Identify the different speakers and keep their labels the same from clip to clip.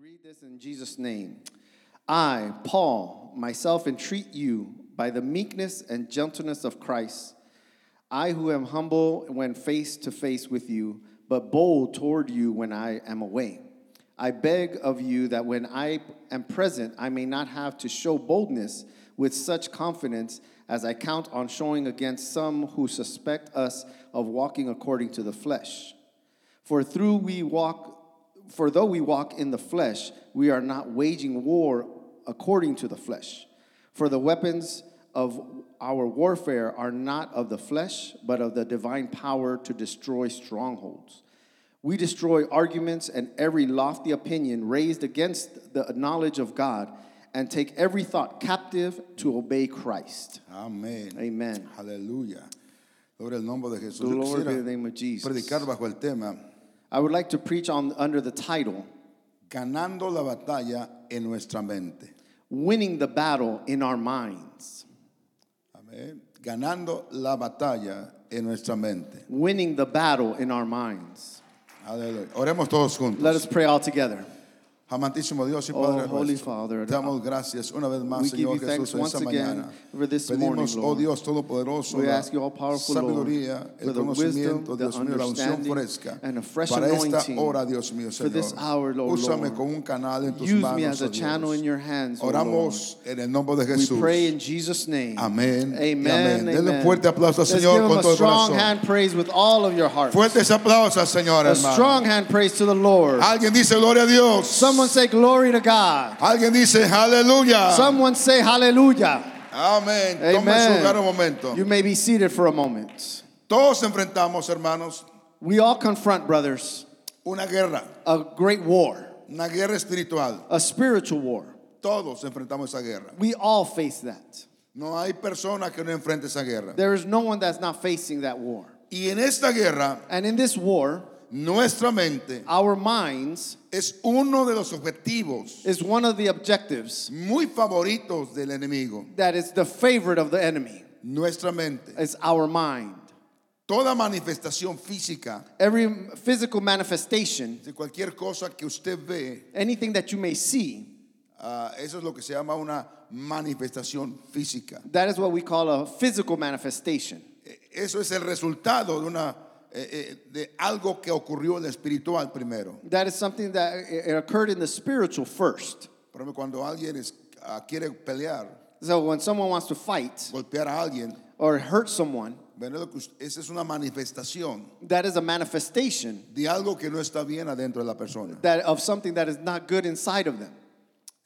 Speaker 1: Read this in Jesus' name. I, Paul, myself entreat you by the meekness and gentleness of Christ. I, who am humble when face to face with you, but bold toward you when I am away. I beg of you that when I am present, I may not have to show boldness with such confidence as I count on showing against some who suspect us of walking according to the flesh. For through we walk for though we walk in the flesh, we are not waging war according to the flesh. For the weapons of our warfare are not of the flesh, but of the divine power to destroy strongholds. We destroy arguments and every lofty opinion raised against the knowledge of God and take every thought captive to obey Christ.
Speaker 2: Amén.
Speaker 1: Amen.
Speaker 2: Aleluya. Gloria al nombre de Jesús. Yo
Speaker 1: Glory be
Speaker 2: quisiera
Speaker 1: to the name of Jesus.
Speaker 2: predicar bajo el tema
Speaker 1: I would like to preach on under the title
Speaker 2: Ganando la batalla en nuestra mente.
Speaker 1: Winning the Battle in Our Minds.
Speaker 2: Amén. Ganando la batalla en nuestra mente.
Speaker 1: winning the battle in our minds.
Speaker 2: Aleluya. Oremos todos juntos.
Speaker 1: Let us pray all together.
Speaker 2: Amantísimo Dios y
Speaker 1: Oh,
Speaker 2: Padre nuestro,
Speaker 1: Holy Father, uh,
Speaker 2: te damos gracias una vez más,
Speaker 1: we give you
Speaker 2: Señor
Speaker 1: thanks
Speaker 2: Jesús, en esta
Speaker 1: once again
Speaker 2: mañana.
Speaker 1: for this
Speaker 2: Pedimos,
Speaker 1: morning,
Speaker 2: oh
Speaker 1: Lord.
Speaker 2: Dios Todopoderoso,
Speaker 1: We
Speaker 2: la
Speaker 1: ask you, all powerful Lord,
Speaker 2: sabiduría,
Speaker 1: for
Speaker 2: el
Speaker 1: the
Speaker 2: conocimiento,
Speaker 1: wisdom,
Speaker 2: Dios
Speaker 1: the
Speaker 2: mío, la unción
Speaker 1: understanding,
Speaker 2: fresca
Speaker 1: and a fresh
Speaker 2: para esta
Speaker 1: anointing
Speaker 2: hora, Dios mío,
Speaker 1: for
Speaker 2: Señor.
Speaker 1: this hour, Lord,
Speaker 2: Úsame
Speaker 1: Lord.
Speaker 2: como un canal en tus
Speaker 1: Use
Speaker 2: manos,
Speaker 1: me as
Speaker 2: oh
Speaker 1: a channel
Speaker 2: Dios.
Speaker 1: in your hands, oh
Speaker 2: Oramos en el nombre de
Speaker 1: Lord. We
Speaker 2: Jesús.
Speaker 1: pray in Jesus' name.
Speaker 2: Amén y amén.
Speaker 1: Amen.
Speaker 2: Denle un
Speaker 1: amen.
Speaker 2: fuerte aplauso al
Speaker 1: Let's
Speaker 2: Señor
Speaker 1: give him
Speaker 2: con
Speaker 1: a
Speaker 2: todo el
Speaker 1: strong
Speaker 2: corazón.
Speaker 1: hand praise with all of your heart.
Speaker 2: Fuertes aplausos, Señor,
Speaker 1: a
Speaker 2: hermano.
Speaker 1: strong hand praise to the Lord.
Speaker 2: Alguien dice gloria a Dios.
Speaker 1: Someone say glory to God.
Speaker 2: Alguien dice aleluya.
Speaker 1: Someone say hallelujah.
Speaker 2: Amén. Ah. Tome su lugar un momento.
Speaker 1: Amen. You may be seated for a moment.
Speaker 2: Todos enfrentamos, hermanos,
Speaker 1: We all confront, brothers,
Speaker 2: una guerra,
Speaker 1: a great war,
Speaker 2: una guerra espiritual.
Speaker 1: a spiritual war.
Speaker 2: Todos enfrentamos esa guerra.
Speaker 1: We all face that.
Speaker 2: No hay persona que no enfrente esa guerra.
Speaker 1: There is no one that's not facing that war.
Speaker 2: Y en esta guerra,
Speaker 1: And in this war,
Speaker 2: nuestra mente
Speaker 1: our minds
Speaker 2: es uno de los objetivos
Speaker 1: is one of the objectives
Speaker 2: muy favoritos del enemigo.
Speaker 1: that is the favorite of the enemy.
Speaker 2: Nuestra mente.
Speaker 1: It's our mind.
Speaker 2: Toda manifestación física,
Speaker 1: Every physical manifestation,
Speaker 2: de cualquier cosa que usted ve,
Speaker 1: anything that you may see,
Speaker 2: ah, eso es lo que se llama una manifestación física.
Speaker 1: that is what we call a physical manifestation.
Speaker 2: Eh, Eso es el resultado de una eh, eh, de algo que ocurrió en lo espiritual primero.
Speaker 1: That is something that it it occurred in the spiritual first.
Speaker 2: Por ejemplo, cuando alguien es- ah, quiere pelear,
Speaker 1: So when someone wants to fight
Speaker 2: golpear a alguien,
Speaker 1: or hurt someone,
Speaker 2: bueno, lo que us- esa es una manifestación
Speaker 1: that is a manifestation
Speaker 2: de algo que no está bien adentro de la persona.
Speaker 1: that of something that is not good inside of them.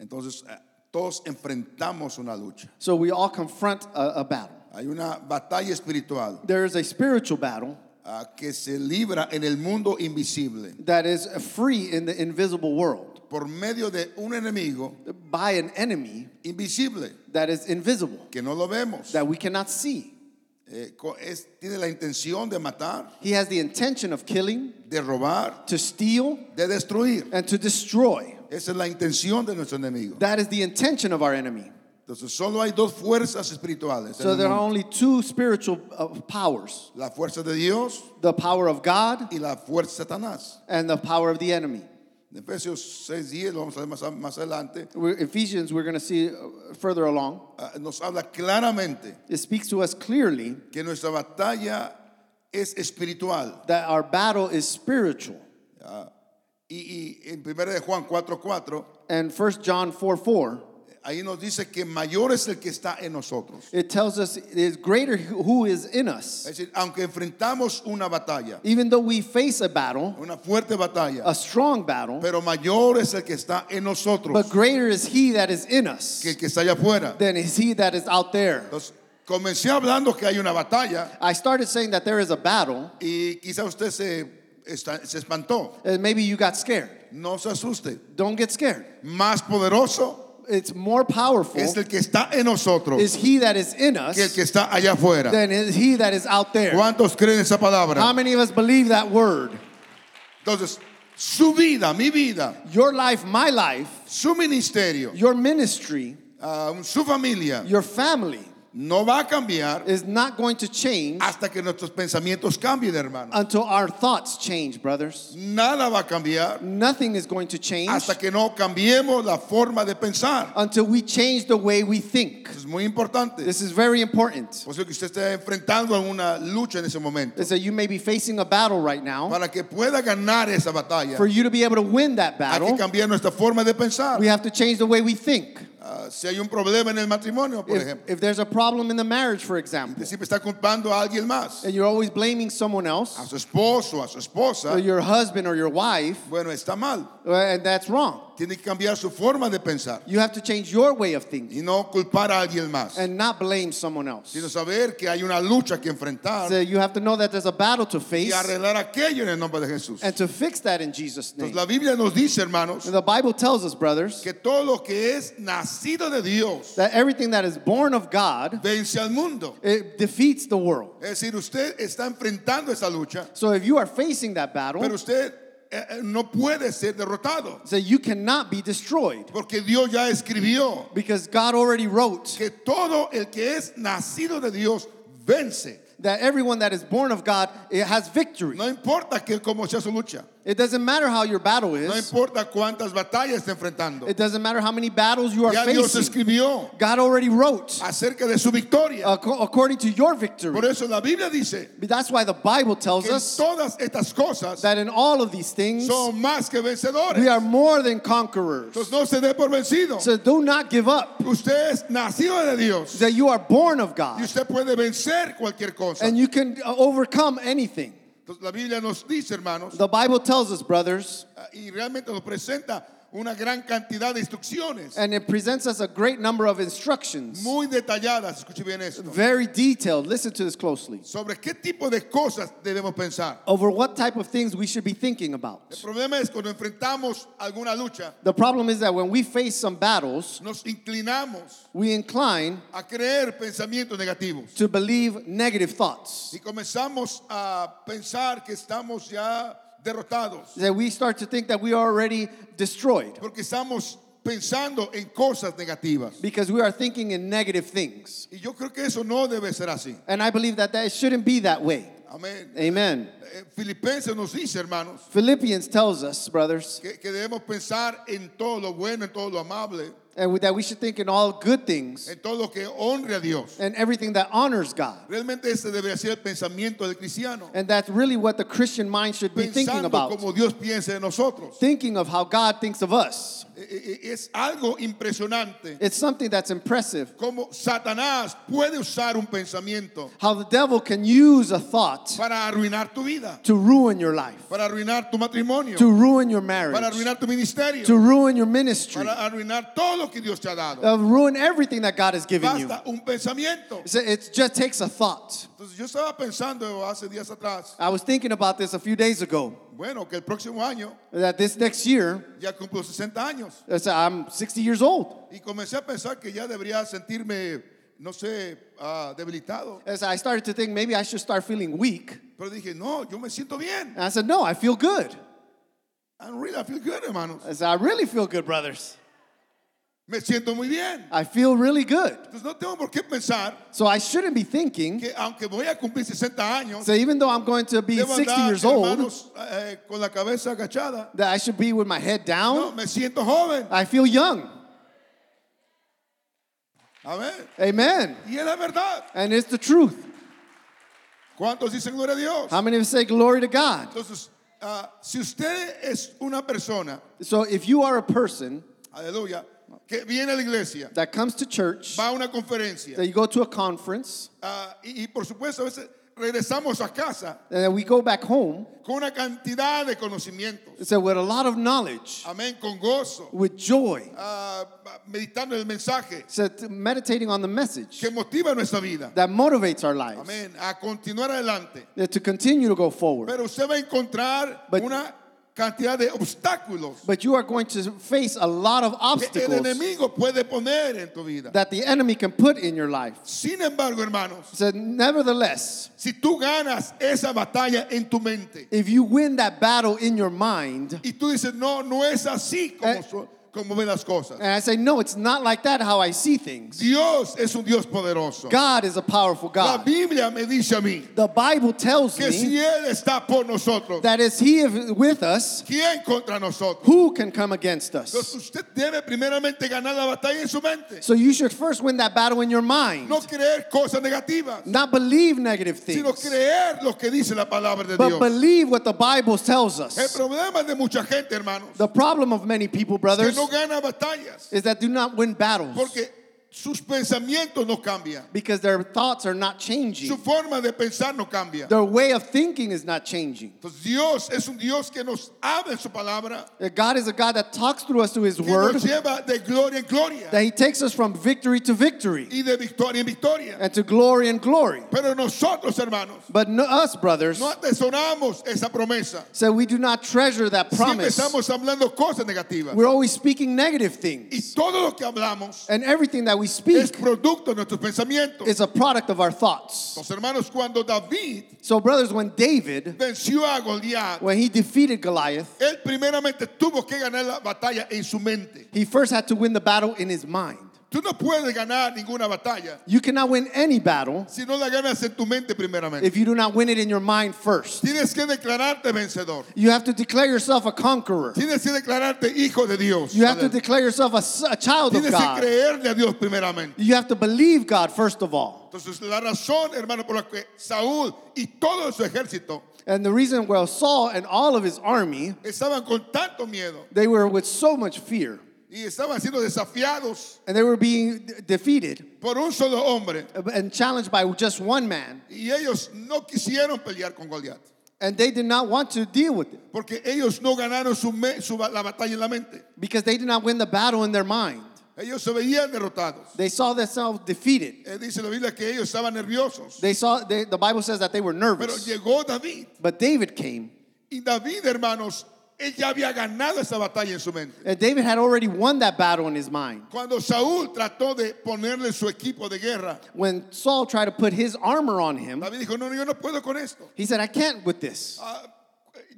Speaker 2: Entonces, ah, todos enfrentamos una lucha.
Speaker 1: So we all confront a, a battle.
Speaker 2: Hay una batalla espiritual
Speaker 1: There is a spiritual battle
Speaker 2: ah, que se libra en el mundo invisible
Speaker 1: that is free in the invisible world
Speaker 2: por medio de un enemigo
Speaker 1: by an enemy
Speaker 2: invisible
Speaker 1: that is invisible
Speaker 2: que no lo vemos.
Speaker 1: that we cannot see.
Speaker 2: Eh, co- es- tiene la intención de matar,
Speaker 1: He has the intention of killing,
Speaker 2: de robar,
Speaker 1: to steal,
Speaker 2: de destruir.
Speaker 1: and to destroy.
Speaker 2: Esa es la intención de nuestro enemigo.
Speaker 1: That is the intention of our enemy.
Speaker 2: Entonces, solo hay dos fuerzas espirituales. en
Speaker 1: So
Speaker 2: el
Speaker 1: there are
Speaker 2: mundo.
Speaker 1: only two spiritual uh, powers
Speaker 2: la fuerza de Dios
Speaker 1: the power of God
Speaker 2: y la fuerza de Satanás.
Speaker 1: and the power of the enemy.
Speaker 2: En Efesios 6.10, lo vamos a ver más, más adelante,
Speaker 1: We're, Ephesians, we're going to see uh, further along.
Speaker 2: ah, nos habla claramente
Speaker 1: It speaks to us clearly
Speaker 2: que nuestra batalla es espiritual.
Speaker 1: that our battle is spiritual.
Speaker 2: Y, y en 1 de Juan 4.4,
Speaker 1: And 1 John 4 4,
Speaker 2: ahí nos dice que mayor es el que está en nosotros.
Speaker 1: it tells us it is greater who is in
Speaker 2: Es
Speaker 1: us.
Speaker 2: decir, aunque enfrentamos una batalla,
Speaker 1: Even though we face a battle,
Speaker 2: una fuerte batalla,
Speaker 1: a strong battle,
Speaker 2: pero mayor es el que está en nosotros
Speaker 1: but greater is he that is in us
Speaker 2: que el que está allá afuera.
Speaker 1: than is he that is out there.
Speaker 2: Entonces, comencé hablando que hay una batalla
Speaker 1: I started saying that there is a battle,
Speaker 2: y quizá usted se, está- se espantó.
Speaker 1: and maybe you got scared.
Speaker 2: No se asuste.
Speaker 1: Don't get scared.
Speaker 2: Más poderoso
Speaker 1: It's more powerful
Speaker 2: es el que está en nosotros
Speaker 1: is he that is in us
Speaker 2: que el que está allá afuera.
Speaker 1: than is he that is out there.
Speaker 2: ¿Cuántos creen esa
Speaker 1: How
Speaker 2: palabra?
Speaker 1: many of us believe that word?
Speaker 2: Entonces, su vida, mi vida,
Speaker 1: Your life, my life,
Speaker 2: su ministerio,
Speaker 1: your ministry,
Speaker 2: ah, su familia
Speaker 1: your family
Speaker 2: no va a cambiar
Speaker 1: is not going to change
Speaker 2: hasta que nuestros pensamientos cambien, hermano.
Speaker 1: until our thoughts change, brothers.
Speaker 2: Nada va a cambiar
Speaker 1: Nothing is going to change
Speaker 2: hasta que no cambiemos la forma de pensar.
Speaker 1: until we change the way we think.
Speaker 2: Es muy importante.
Speaker 1: This is very important.
Speaker 2: Por eso que usted está enfrentando alguna lucha en ese momento.
Speaker 1: Is that you may be facing a battle right now.
Speaker 2: Para que pueda ganar esa batalla,
Speaker 1: For you to be able to win that
Speaker 2: hay que
Speaker 1: battle,
Speaker 2: cambiar nuestra forma de pensar.
Speaker 1: we have to change the way we think.
Speaker 2: Ah, si hay un problema en el matrimonio, por
Speaker 1: If,
Speaker 2: ejemplo,
Speaker 1: if there's a problem in the marriage, for example,
Speaker 2: usted siempre está culpando a alguien más,
Speaker 1: and you're always blaming someone
Speaker 2: a
Speaker 1: else,
Speaker 2: su esposo, a su esposa,
Speaker 1: or your husband or your wife,
Speaker 2: bueno, está mal.
Speaker 1: uh, and that's wrong.
Speaker 2: Tiene que cambiar su forma de pensar
Speaker 1: You have to change your way of thinking
Speaker 2: y no culpar a alguien más,
Speaker 1: and not blame someone else.
Speaker 2: sino saber que hay una lucha que
Speaker 1: So
Speaker 2: enfrentar
Speaker 1: you have to know that there's a battle to
Speaker 2: y
Speaker 1: face
Speaker 2: arreglar aquello en el nombre de Jesús.
Speaker 1: and to fix that in Jesus'
Speaker 2: Entonces
Speaker 1: name.
Speaker 2: la Biblia nos dice, hermanos,
Speaker 1: And the Bible tells us, brothers,
Speaker 2: que todo lo que es nacido de Dios
Speaker 1: that everything that is born of God
Speaker 2: vence al mundo.
Speaker 1: it defeats the world.
Speaker 2: Es decir, usted está enfrentando esa lucha,
Speaker 1: So if you are facing that
Speaker 2: pero
Speaker 1: battle,
Speaker 2: usted eh, eh, no puede ser derrotado,
Speaker 1: so you cannot be destroyed
Speaker 2: porque Dios ya escribió
Speaker 1: because God already wrote
Speaker 2: que todo el que es nacido de Dios vence.
Speaker 1: that everyone that is born of God it has victory.
Speaker 2: No importa que cómo sea su lucha,
Speaker 1: It doesn't matter how your battle
Speaker 2: no
Speaker 1: is.
Speaker 2: importa cuántas batallas está enfrentando.
Speaker 1: It doesn't matter how many battles you are
Speaker 2: Ya Dios
Speaker 1: facing.
Speaker 2: escribió
Speaker 1: God already wrote
Speaker 2: acerca de su victoria.
Speaker 1: aco- according to your
Speaker 2: Por
Speaker 1: victory.
Speaker 2: eso la Biblia dice
Speaker 1: But That's why the Bible tells
Speaker 2: que en
Speaker 1: us
Speaker 2: todas estas cosas
Speaker 1: that in all of these things,
Speaker 2: son más que vencedores.
Speaker 1: we are more than conquerors.
Speaker 2: Entonces no se dé por vencido.
Speaker 1: So do not give up.
Speaker 2: Usted es nacido de Dios
Speaker 1: That you are born of
Speaker 2: y
Speaker 1: God
Speaker 2: usted puede vencer cualquier cosa.
Speaker 1: and you can uh, overcome anything.
Speaker 2: Entonces la Biblia nos dice, hermanos,
Speaker 1: The Bible tells us, brothers,
Speaker 2: y realmente nos presenta una gran cantidad de instrucciones
Speaker 1: and it presents us a great number of instructions,
Speaker 2: muy detalladas, escuche bien esto,
Speaker 1: very detailed. Listen to this closely.
Speaker 2: sobre qué tipo de cosas debemos pensar.
Speaker 1: Over what type of things we should be thinking about.
Speaker 2: El problema es cuando enfrentamos alguna lucha,
Speaker 1: The problem is that when we face some battles,
Speaker 2: nos inclinamos
Speaker 1: we incline
Speaker 2: a creer pensamientos negativos
Speaker 1: to believe negative thoughts.
Speaker 2: y comenzamos a pensar que estamos ya derrotados
Speaker 1: That we start to think that we are already destroyed
Speaker 2: porque estamos pensando en cosas negativas.
Speaker 1: because we are thinking in negative things.
Speaker 2: Y yo creo que eso no debe ser así.
Speaker 1: And I believe that that shouldn't be that way.
Speaker 2: Amén.
Speaker 1: Amen.
Speaker 2: Eh, Filipenses nos dice, hermanos,
Speaker 1: Philippians tells us, brothers,
Speaker 2: que, que debemos pensar en todo lo bueno, en todo lo amable,
Speaker 1: and we- that we should think in all good things
Speaker 2: en todo lo que honre a Dios.
Speaker 1: and everything that honors God.
Speaker 2: Realmente ese debería ser el pensamiento del cristiano.
Speaker 1: And that's really what the Christian mind should be thinking
Speaker 2: Pensando
Speaker 1: about.
Speaker 2: como Dios piensa de nosotros.
Speaker 1: Thinking of how God thinks of us.
Speaker 2: E- e- Es algo impresionante
Speaker 1: It's something that's impressive.
Speaker 2: cómo Satanás puede usar un pensamiento
Speaker 1: How the devil can use a thought
Speaker 2: para arruinar tu vida,
Speaker 1: to ruin your life,
Speaker 2: para arruinar tu matrimonio,
Speaker 1: to ruin your
Speaker 2: para
Speaker 1: marriage,
Speaker 2: arruinar tu ministerio,
Speaker 1: to ruin your ministry,
Speaker 2: para arruinar todo lo que Dios te ha dado.
Speaker 1: uh, ruin everything that God has given you.
Speaker 2: Basta un pensamiento.
Speaker 1: So It just takes a thought.
Speaker 2: Entonces yo estaba pensando hace días atrás,
Speaker 1: I was thinking about this a few days ago
Speaker 2: bueno, que el próximo año
Speaker 1: that this next year,
Speaker 2: ya cumplo 60 años
Speaker 1: I said, I'm 60 years old.
Speaker 2: y comencé a pensar que ya debería sentirme, no sé, ah, debilitado.
Speaker 1: As I started to think maybe I should start feeling weak.
Speaker 2: Pero dije, no, yo me siento bien.
Speaker 1: And I said, No, I feel good.
Speaker 2: I really feel good, hermanos.
Speaker 1: I said, I really feel good, brothers.
Speaker 2: Me siento muy bien.
Speaker 1: I feel really good.
Speaker 2: Entonces no tengo por qué pensar
Speaker 1: So I shouldn't be thinking.
Speaker 2: que aunque voy a cumplir 60 años,
Speaker 1: So even though I'm going to be
Speaker 2: debo
Speaker 1: 60
Speaker 2: andar,
Speaker 1: years old,
Speaker 2: hermanos, eh, con la cabeza agachada.
Speaker 1: that I should be with my head
Speaker 2: No,
Speaker 1: down,
Speaker 2: me siento joven.
Speaker 1: I feel young.
Speaker 2: Amén.
Speaker 1: Amen.
Speaker 2: Y es la verdad.
Speaker 1: And it's the truth.
Speaker 2: ¿Cuántos dicen gloria a Dios?
Speaker 1: How many of you say glory to God?
Speaker 2: Entonces, ah, si usted es una persona,
Speaker 1: So if you are a person
Speaker 2: aleluya, que viene a la iglesia,
Speaker 1: that comes to church,
Speaker 2: va a una conferencia,
Speaker 1: that you go to a conference,
Speaker 2: ah, y, y por supuesto a veces regresamos a casa
Speaker 1: and then we go back home,
Speaker 2: con una cantidad de conocimientos,
Speaker 1: so with a lot of knowledge,
Speaker 2: amén, con gozo,
Speaker 1: with joy,
Speaker 2: ah, meditando el mensaje
Speaker 1: so t- meditating on the message
Speaker 2: que motiva nuestra vida,
Speaker 1: that motivates our lives,
Speaker 2: amén, a continuar adelante.
Speaker 1: that to continue to go forward.
Speaker 2: Pero usted va a encontrar
Speaker 1: But-
Speaker 2: una cantidad de obstáculos
Speaker 1: But you are going to face a lot of
Speaker 2: que el
Speaker 1: obstacles
Speaker 2: enemigo puede poner en tu vida.
Speaker 1: that the enemy can put in your life.
Speaker 2: Sin embargo, hermanos,
Speaker 1: So, nevertheless,
Speaker 2: Si tú ganas esa batalla en tu mente
Speaker 1: if you win that battle in your mind,
Speaker 2: y tú dices, no, no es así como,
Speaker 1: Eh.
Speaker 2: su- cómo ven las cosas.
Speaker 1: And I say, no, it's not like that how I see things.
Speaker 2: Dios es un Dios poderoso.
Speaker 1: God is a powerful
Speaker 2: La
Speaker 1: God.
Speaker 2: Biblia me dice a mí
Speaker 1: The Bible tells
Speaker 2: que
Speaker 1: me
Speaker 2: si Él está por nosotros,
Speaker 1: that is He is with us,
Speaker 2: ¿quién contra nosotros?
Speaker 1: who can come against
Speaker 2: Entonces
Speaker 1: us?
Speaker 2: usted debe primeramente ganar la batalla en su mente.
Speaker 1: So you should first win that battle in your mind.
Speaker 2: No creer cosas negativas,
Speaker 1: Not believe negative
Speaker 2: sino
Speaker 1: things,
Speaker 2: creer lo que dice la palabra de
Speaker 1: but
Speaker 2: Dios.
Speaker 1: believe what the Bible tells
Speaker 2: El
Speaker 1: us.
Speaker 2: problema de mucha gente, hermanos,
Speaker 1: The problem of many people,
Speaker 2: que
Speaker 1: brothers,
Speaker 2: no gana batallas
Speaker 1: is that do not win battles
Speaker 2: porque sus pensamientos no cambian,
Speaker 1: because their thoughts are not
Speaker 2: su
Speaker 1: changing.
Speaker 2: forma de pensar no cambia.
Speaker 1: Their way of thinking is not changing.
Speaker 2: Entonces Dios es un Dios que nos habla en su palabra,
Speaker 1: That God is a God that talks through us through His
Speaker 2: que nos
Speaker 1: Word,
Speaker 2: lleva de gloria en gloria
Speaker 1: that He takes us from victory to victory
Speaker 2: y de victoria en victoria.
Speaker 1: and to glory and glory.
Speaker 2: Pero nosotros, hermanos,
Speaker 1: But no, us, brothers,
Speaker 2: no atesoramos esa promesa.
Speaker 1: so we do not treasure that
Speaker 2: Siempre
Speaker 1: promise.
Speaker 2: estamos hablando cosas negativas.
Speaker 1: We're always speaking negative things.
Speaker 2: Y todo lo que hablamos
Speaker 1: And everything that we
Speaker 2: es
Speaker 1: speak
Speaker 2: producto de nuestros pensamientos.
Speaker 1: is a product of our thoughts.
Speaker 2: Los hermanos, cuando David
Speaker 1: So, brothers, when David,
Speaker 2: venció a Goliat,
Speaker 1: when he defeated Goliath,
Speaker 2: él primeramente tuvo que ganar la batalla en su mente.
Speaker 1: he first had to win the battle in his mind.
Speaker 2: Tú no puedes ganar ninguna batalla
Speaker 1: You cannot win any battle
Speaker 2: si no la ganas en tu mente primeramente.
Speaker 1: if you do not win it in your mind first.
Speaker 2: Tienes que declararte vencedor.
Speaker 1: You have to declare yourself a conqueror.
Speaker 2: Tienes que declararte hijo de Dios.
Speaker 1: You have to
Speaker 2: Aleluya.
Speaker 1: declare yourself a, s- a child of
Speaker 2: Tienes que
Speaker 1: God.
Speaker 2: creerle a Dios primeramente.
Speaker 1: You have to believe God first of all.
Speaker 2: Entonces, la razón, hermano, por la que Saúl y todo su ejército
Speaker 1: And the reason well Saul and all of his army,
Speaker 2: estaban con tanto miedo
Speaker 1: they were with so much fear
Speaker 2: y estaban siendo desafiados
Speaker 1: and they were being d- defeated uh,
Speaker 2: por un solo hombre
Speaker 1: and challenged by just one man
Speaker 2: y ellos no quisieron pelear con Goliat
Speaker 1: and they did not want to deal with it
Speaker 2: porque ellos no ganaron su me- su ba- la batalla en la mente.
Speaker 1: because they did not win the battle in their mind.
Speaker 2: Ellos se veían derrotados.
Speaker 1: They saw themselves defeated.
Speaker 2: Eh, dice la Biblia que ellos estaban nerviosos.
Speaker 1: They saw they, the Bible says that they were
Speaker 2: Pero
Speaker 1: nervous.
Speaker 2: llegó David
Speaker 1: But David came
Speaker 2: y David, hermanos, él ya había ganado esa batalla en su mente.
Speaker 1: and David had already won that battle in his mind.
Speaker 2: Cuando Saúl trató de ponerle su equipo de guerra,
Speaker 1: When Saul tried to put his armor on him,
Speaker 2: David dijo, no, no, yo no puedo con esto.
Speaker 1: he said, "I can't with this."
Speaker 2: Ah,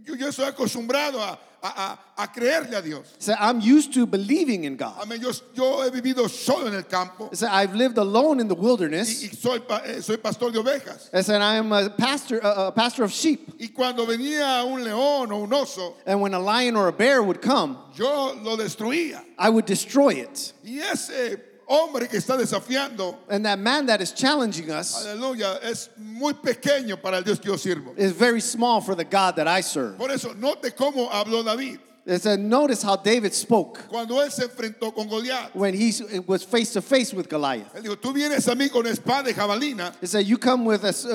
Speaker 2: yo, yo estoy acostumbrado a, a- a- a creerle a Dios.
Speaker 1: So I'm used to believing in God.
Speaker 2: Amén. Yo, yo he vivido solo en el campo
Speaker 1: So I've lived alone in the
Speaker 2: y,
Speaker 1: wilderness.
Speaker 2: y soy, pa- eh, soy pastor de ovejas.
Speaker 1: I said, I am a pastor, a, a pastor of sheep.
Speaker 2: Y cuando venía un león o un oso,
Speaker 1: And when a lion or a bear would come,
Speaker 2: yo lo destruía.
Speaker 1: I would destroy it.
Speaker 2: Y ese hombre que está desafiando,
Speaker 1: And that man that is challenging us
Speaker 2: aleluya, es muy pequeño para el Dios que yo sirvo.
Speaker 1: is very small for the God that I serve.
Speaker 2: Por eso, note cómo habló David
Speaker 1: It said, notice how David spoke
Speaker 2: cuando él se enfrentó con Goliat.
Speaker 1: when he s- was face to face with Goliath.
Speaker 2: Él dijo, tú vienes a mí con espada y jabalina,
Speaker 1: It said, you come with us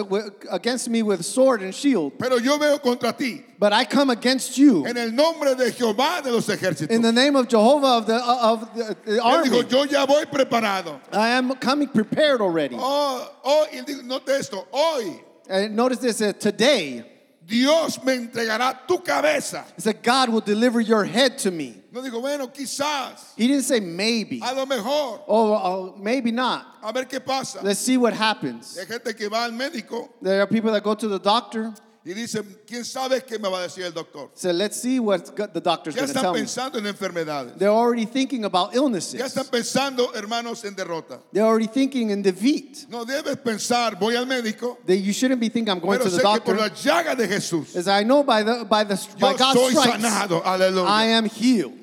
Speaker 1: against me with sword and shield,
Speaker 2: pero yo veo contra ti
Speaker 1: but I come against you
Speaker 2: en el nombre de Jehová de los ejércitos.
Speaker 1: in the name of Jehovah of the, of the, the
Speaker 2: Él dijo,
Speaker 1: army.
Speaker 2: yo ya voy preparado.
Speaker 1: I am coming prepared already.
Speaker 2: Oh, hoy, él dijo, note esto, hoy
Speaker 1: And notice this uh, today,
Speaker 2: Dios me entregará tu cabeza.
Speaker 1: it said, God will deliver your head to me.
Speaker 2: No dijo, bueno, quizás,
Speaker 1: He didn't say maybe.
Speaker 2: a lo mejor,
Speaker 1: Oh, oh, maybe not.
Speaker 2: a ver qué pasa.
Speaker 1: Let's see what happens.
Speaker 2: Hay gente que va al médico
Speaker 1: There are people that go to the doctor,
Speaker 2: y dice, ¿quién sabe qué me va a decir el doctor?
Speaker 1: say, let's see what go- the doctor's
Speaker 2: Ya
Speaker 1: going to
Speaker 2: están
Speaker 1: tell me.
Speaker 2: pensando en enfermedades.
Speaker 1: They're already thinking about
Speaker 2: Ya
Speaker 1: illnesses.
Speaker 2: están pensando, hermanos, en derrota.
Speaker 1: They're already thinking in defeat.
Speaker 2: No debes pensar, voy al médico,
Speaker 1: That you shouldn't be thinking I'm going
Speaker 2: pero
Speaker 1: to
Speaker 2: sé
Speaker 1: the
Speaker 2: que por la
Speaker 1: doctor.
Speaker 2: llaga de Jesús
Speaker 1: As I know by the by the by
Speaker 2: yo
Speaker 1: God's
Speaker 2: soy
Speaker 1: stripes,
Speaker 2: sanado.
Speaker 1: I
Speaker 2: Aleluya.
Speaker 1: am healed.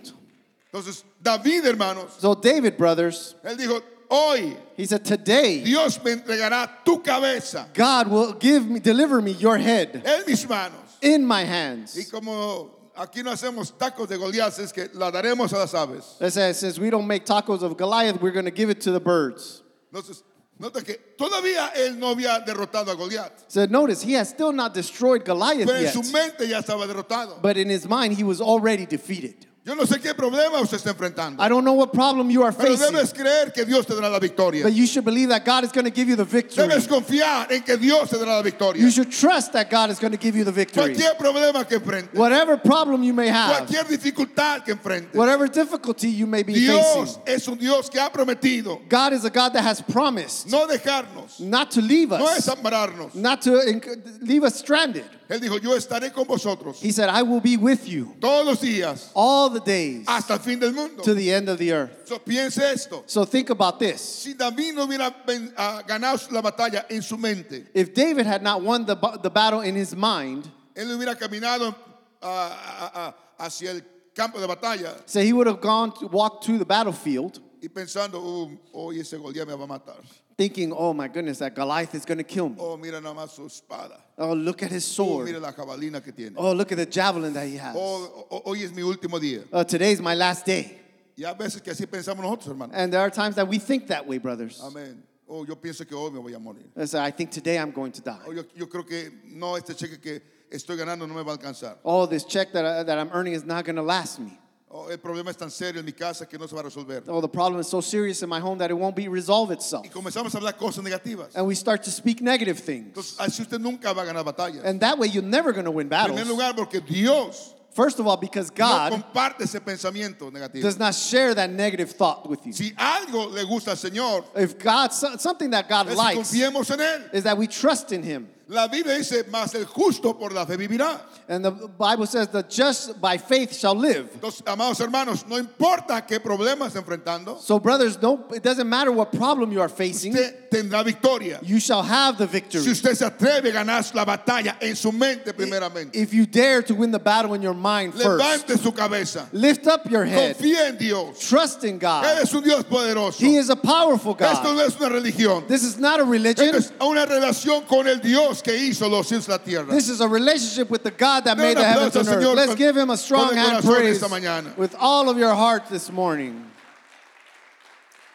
Speaker 2: Entonces, David, hermanos,
Speaker 1: So David, brothers,
Speaker 2: él dijo, hoy
Speaker 1: he said, today
Speaker 2: Dios me entregará tu cabeza
Speaker 1: God will give me, deliver me your head
Speaker 2: en mis manos.
Speaker 1: in my
Speaker 2: Y
Speaker 1: hands.
Speaker 2: como aquí no hacemos tacos de Goliat, es que la daremos a las aves.
Speaker 1: It says, since we don't make tacos of Goliath, we're going to give it to the birds.
Speaker 2: Entonces, nota que todavía él no había derrotado a Goliat,
Speaker 1: So notice, he has still not destroyed Goliath
Speaker 2: pero en
Speaker 1: yet,
Speaker 2: su mente ya estaba derrotado.
Speaker 1: but in his mind, he was already defeated.
Speaker 2: Yo no sé qué problema usted está enfrentando,
Speaker 1: I don't know what problem you are
Speaker 2: pero
Speaker 1: facing,
Speaker 2: debes creer que Dios te dará la victoria.
Speaker 1: but you should believe that God is going to give you the victory.
Speaker 2: Debes confiar en que Dios te dará la victoria.
Speaker 1: You should trust that God is going to give you the victory.
Speaker 2: Cualquier problema que enfrente,
Speaker 1: Whatever problem you may have,
Speaker 2: cualquier dificultad que enfrente,
Speaker 1: whatever difficulty you may be
Speaker 2: Dios
Speaker 1: facing,
Speaker 2: es un Dios que ha prometido
Speaker 1: God is a God that has promised
Speaker 2: no dejarnos,
Speaker 1: not to leave
Speaker 2: no
Speaker 1: us,
Speaker 2: desampararnos,
Speaker 1: not to inc- leave us stranded.
Speaker 2: Él dijo, yo estaré con vosotros
Speaker 1: He said, I will be with you
Speaker 2: todos los días
Speaker 1: all the days
Speaker 2: hasta el fin del mundo.
Speaker 1: to the end of the earth.
Speaker 2: So, piense esto.
Speaker 1: So think about this.
Speaker 2: Si David no hubiera ven- ah, ganado la batalla en su mente,
Speaker 1: If David had not won the, ba- the battle in his mind,
Speaker 2: él hubiera caminado ah, ah, ah, hacia el campo de batalla
Speaker 1: so he would have gone to walk to the battlefield
Speaker 2: y pensando, "Oh, hoy ese Goliat me va a matar.
Speaker 1: thinking, oh my goodness, that Goliath is going to kill me.
Speaker 2: Oh, mira nada más su espada.
Speaker 1: Oh, look at his
Speaker 2: Oh, mira
Speaker 1: sword.
Speaker 2: la jabalina que tiene.
Speaker 1: Oh, look at the javelin that he has.
Speaker 2: Oh, oh, hoy es mi último día.
Speaker 1: Uh, today's my last day.
Speaker 2: Y a veces que así pensamos nosotros, hermano.
Speaker 1: And there are times that we think that way, brothers.
Speaker 2: Amén. Oh, yo pienso que hoy me voy a morir.
Speaker 1: And so I think today I'm going to die.
Speaker 2: Oh, yo, yo creo que no, este cheque que estoy ganando no me va a alcanzar.
Speaker 1: Oh, this check that, I, that I'm earning is not going to last me.
Speaker 2: Oh, el problema es tan serio en mi casa que no se va a resolver.
Speaker 1: Oh, the problem is so serious in my home that it won't be resolve itself.
Speaker 2: Y comenzamos a hablar cosas negativas.
Speaker 1: And we start to speak negative things.
Speaker 2: Entonces, así usted nunca va a ganar batallas. En
Speaker 1: And that way you're never going to win
Speaker 2: primer
Speaker 1: battles.
Speaker 2: lugar, porque Dios
Speaker 1: First of all, because
Speaker 2: no
Speaker 1: God
Speaker 2: comparte ese pensamiento negativo.
Speaker 1: does not share that negative thought with you.
Speaker 2: Si algo le gusta al Señor,
Speaker 1: If God, so- something that God
Speaker 2: es que
Speaker 1: likes
Speaker 2: confiemos en Él.
Speaker 1: is that we trust in Him.
Speaker 2: La Biblia dice, mas el justo por la fe vivirá.
Speaker 1: And the Bible says the just by faith shall live.
Speaker 2: Entonces, amados hermanos, no importa qué problemas esté enfrentando,
Speaker 1: So, brothers, no, it doesn't matter what problem you are facing,
Speaker 2: usted tendrá victoria.
Speaker 1: you shall have the
Speaker 2: Si
Speaker 1: victory.
Speaker 2: usted se atreve a ganar la batalla en su mente primeramente,
Speaker 1: If you dare to win the battle in your mind first,
Speaker 2: levante su cabeza,
Speaker 1: lift up your head,
Speaker 2: confíe en Dios.
Speaker 1: trust in
Speaker 2: Él
Speaker 1: God.
Speaker 2: es un Dios poderoso.
Speaker 1: He is a powerful
Speaker 2: Esto
Speaker 1: God.
Speaker 2: no es una religión.
Speaker 1: This is not a religion,
Speaker 2: Esto es una relación con el Dios que hizo los cielos y la tierra.
Speaker 1: this is a relationship with the God that
Speaker 2: Dale
Speaker 1: made the
Speaker 2: un
Speaker 1: heavens
Speaker 2: aplauso
Speaker 1: and
Speaker 2: al
Speaker 1: earth.
Speaker 2: Señor
Speaker 1: Let's
Speaker 2: con-
Speaker 1: give Him a strong
Speaker 2: con el
Speaker 1: hand
Speaker 2: corazón
Speaker 1: praise
Speaker 2: esta mañana.
Speaker 1: with all of your heart this morning.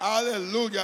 Speaker 2: Aleluya, aleluya,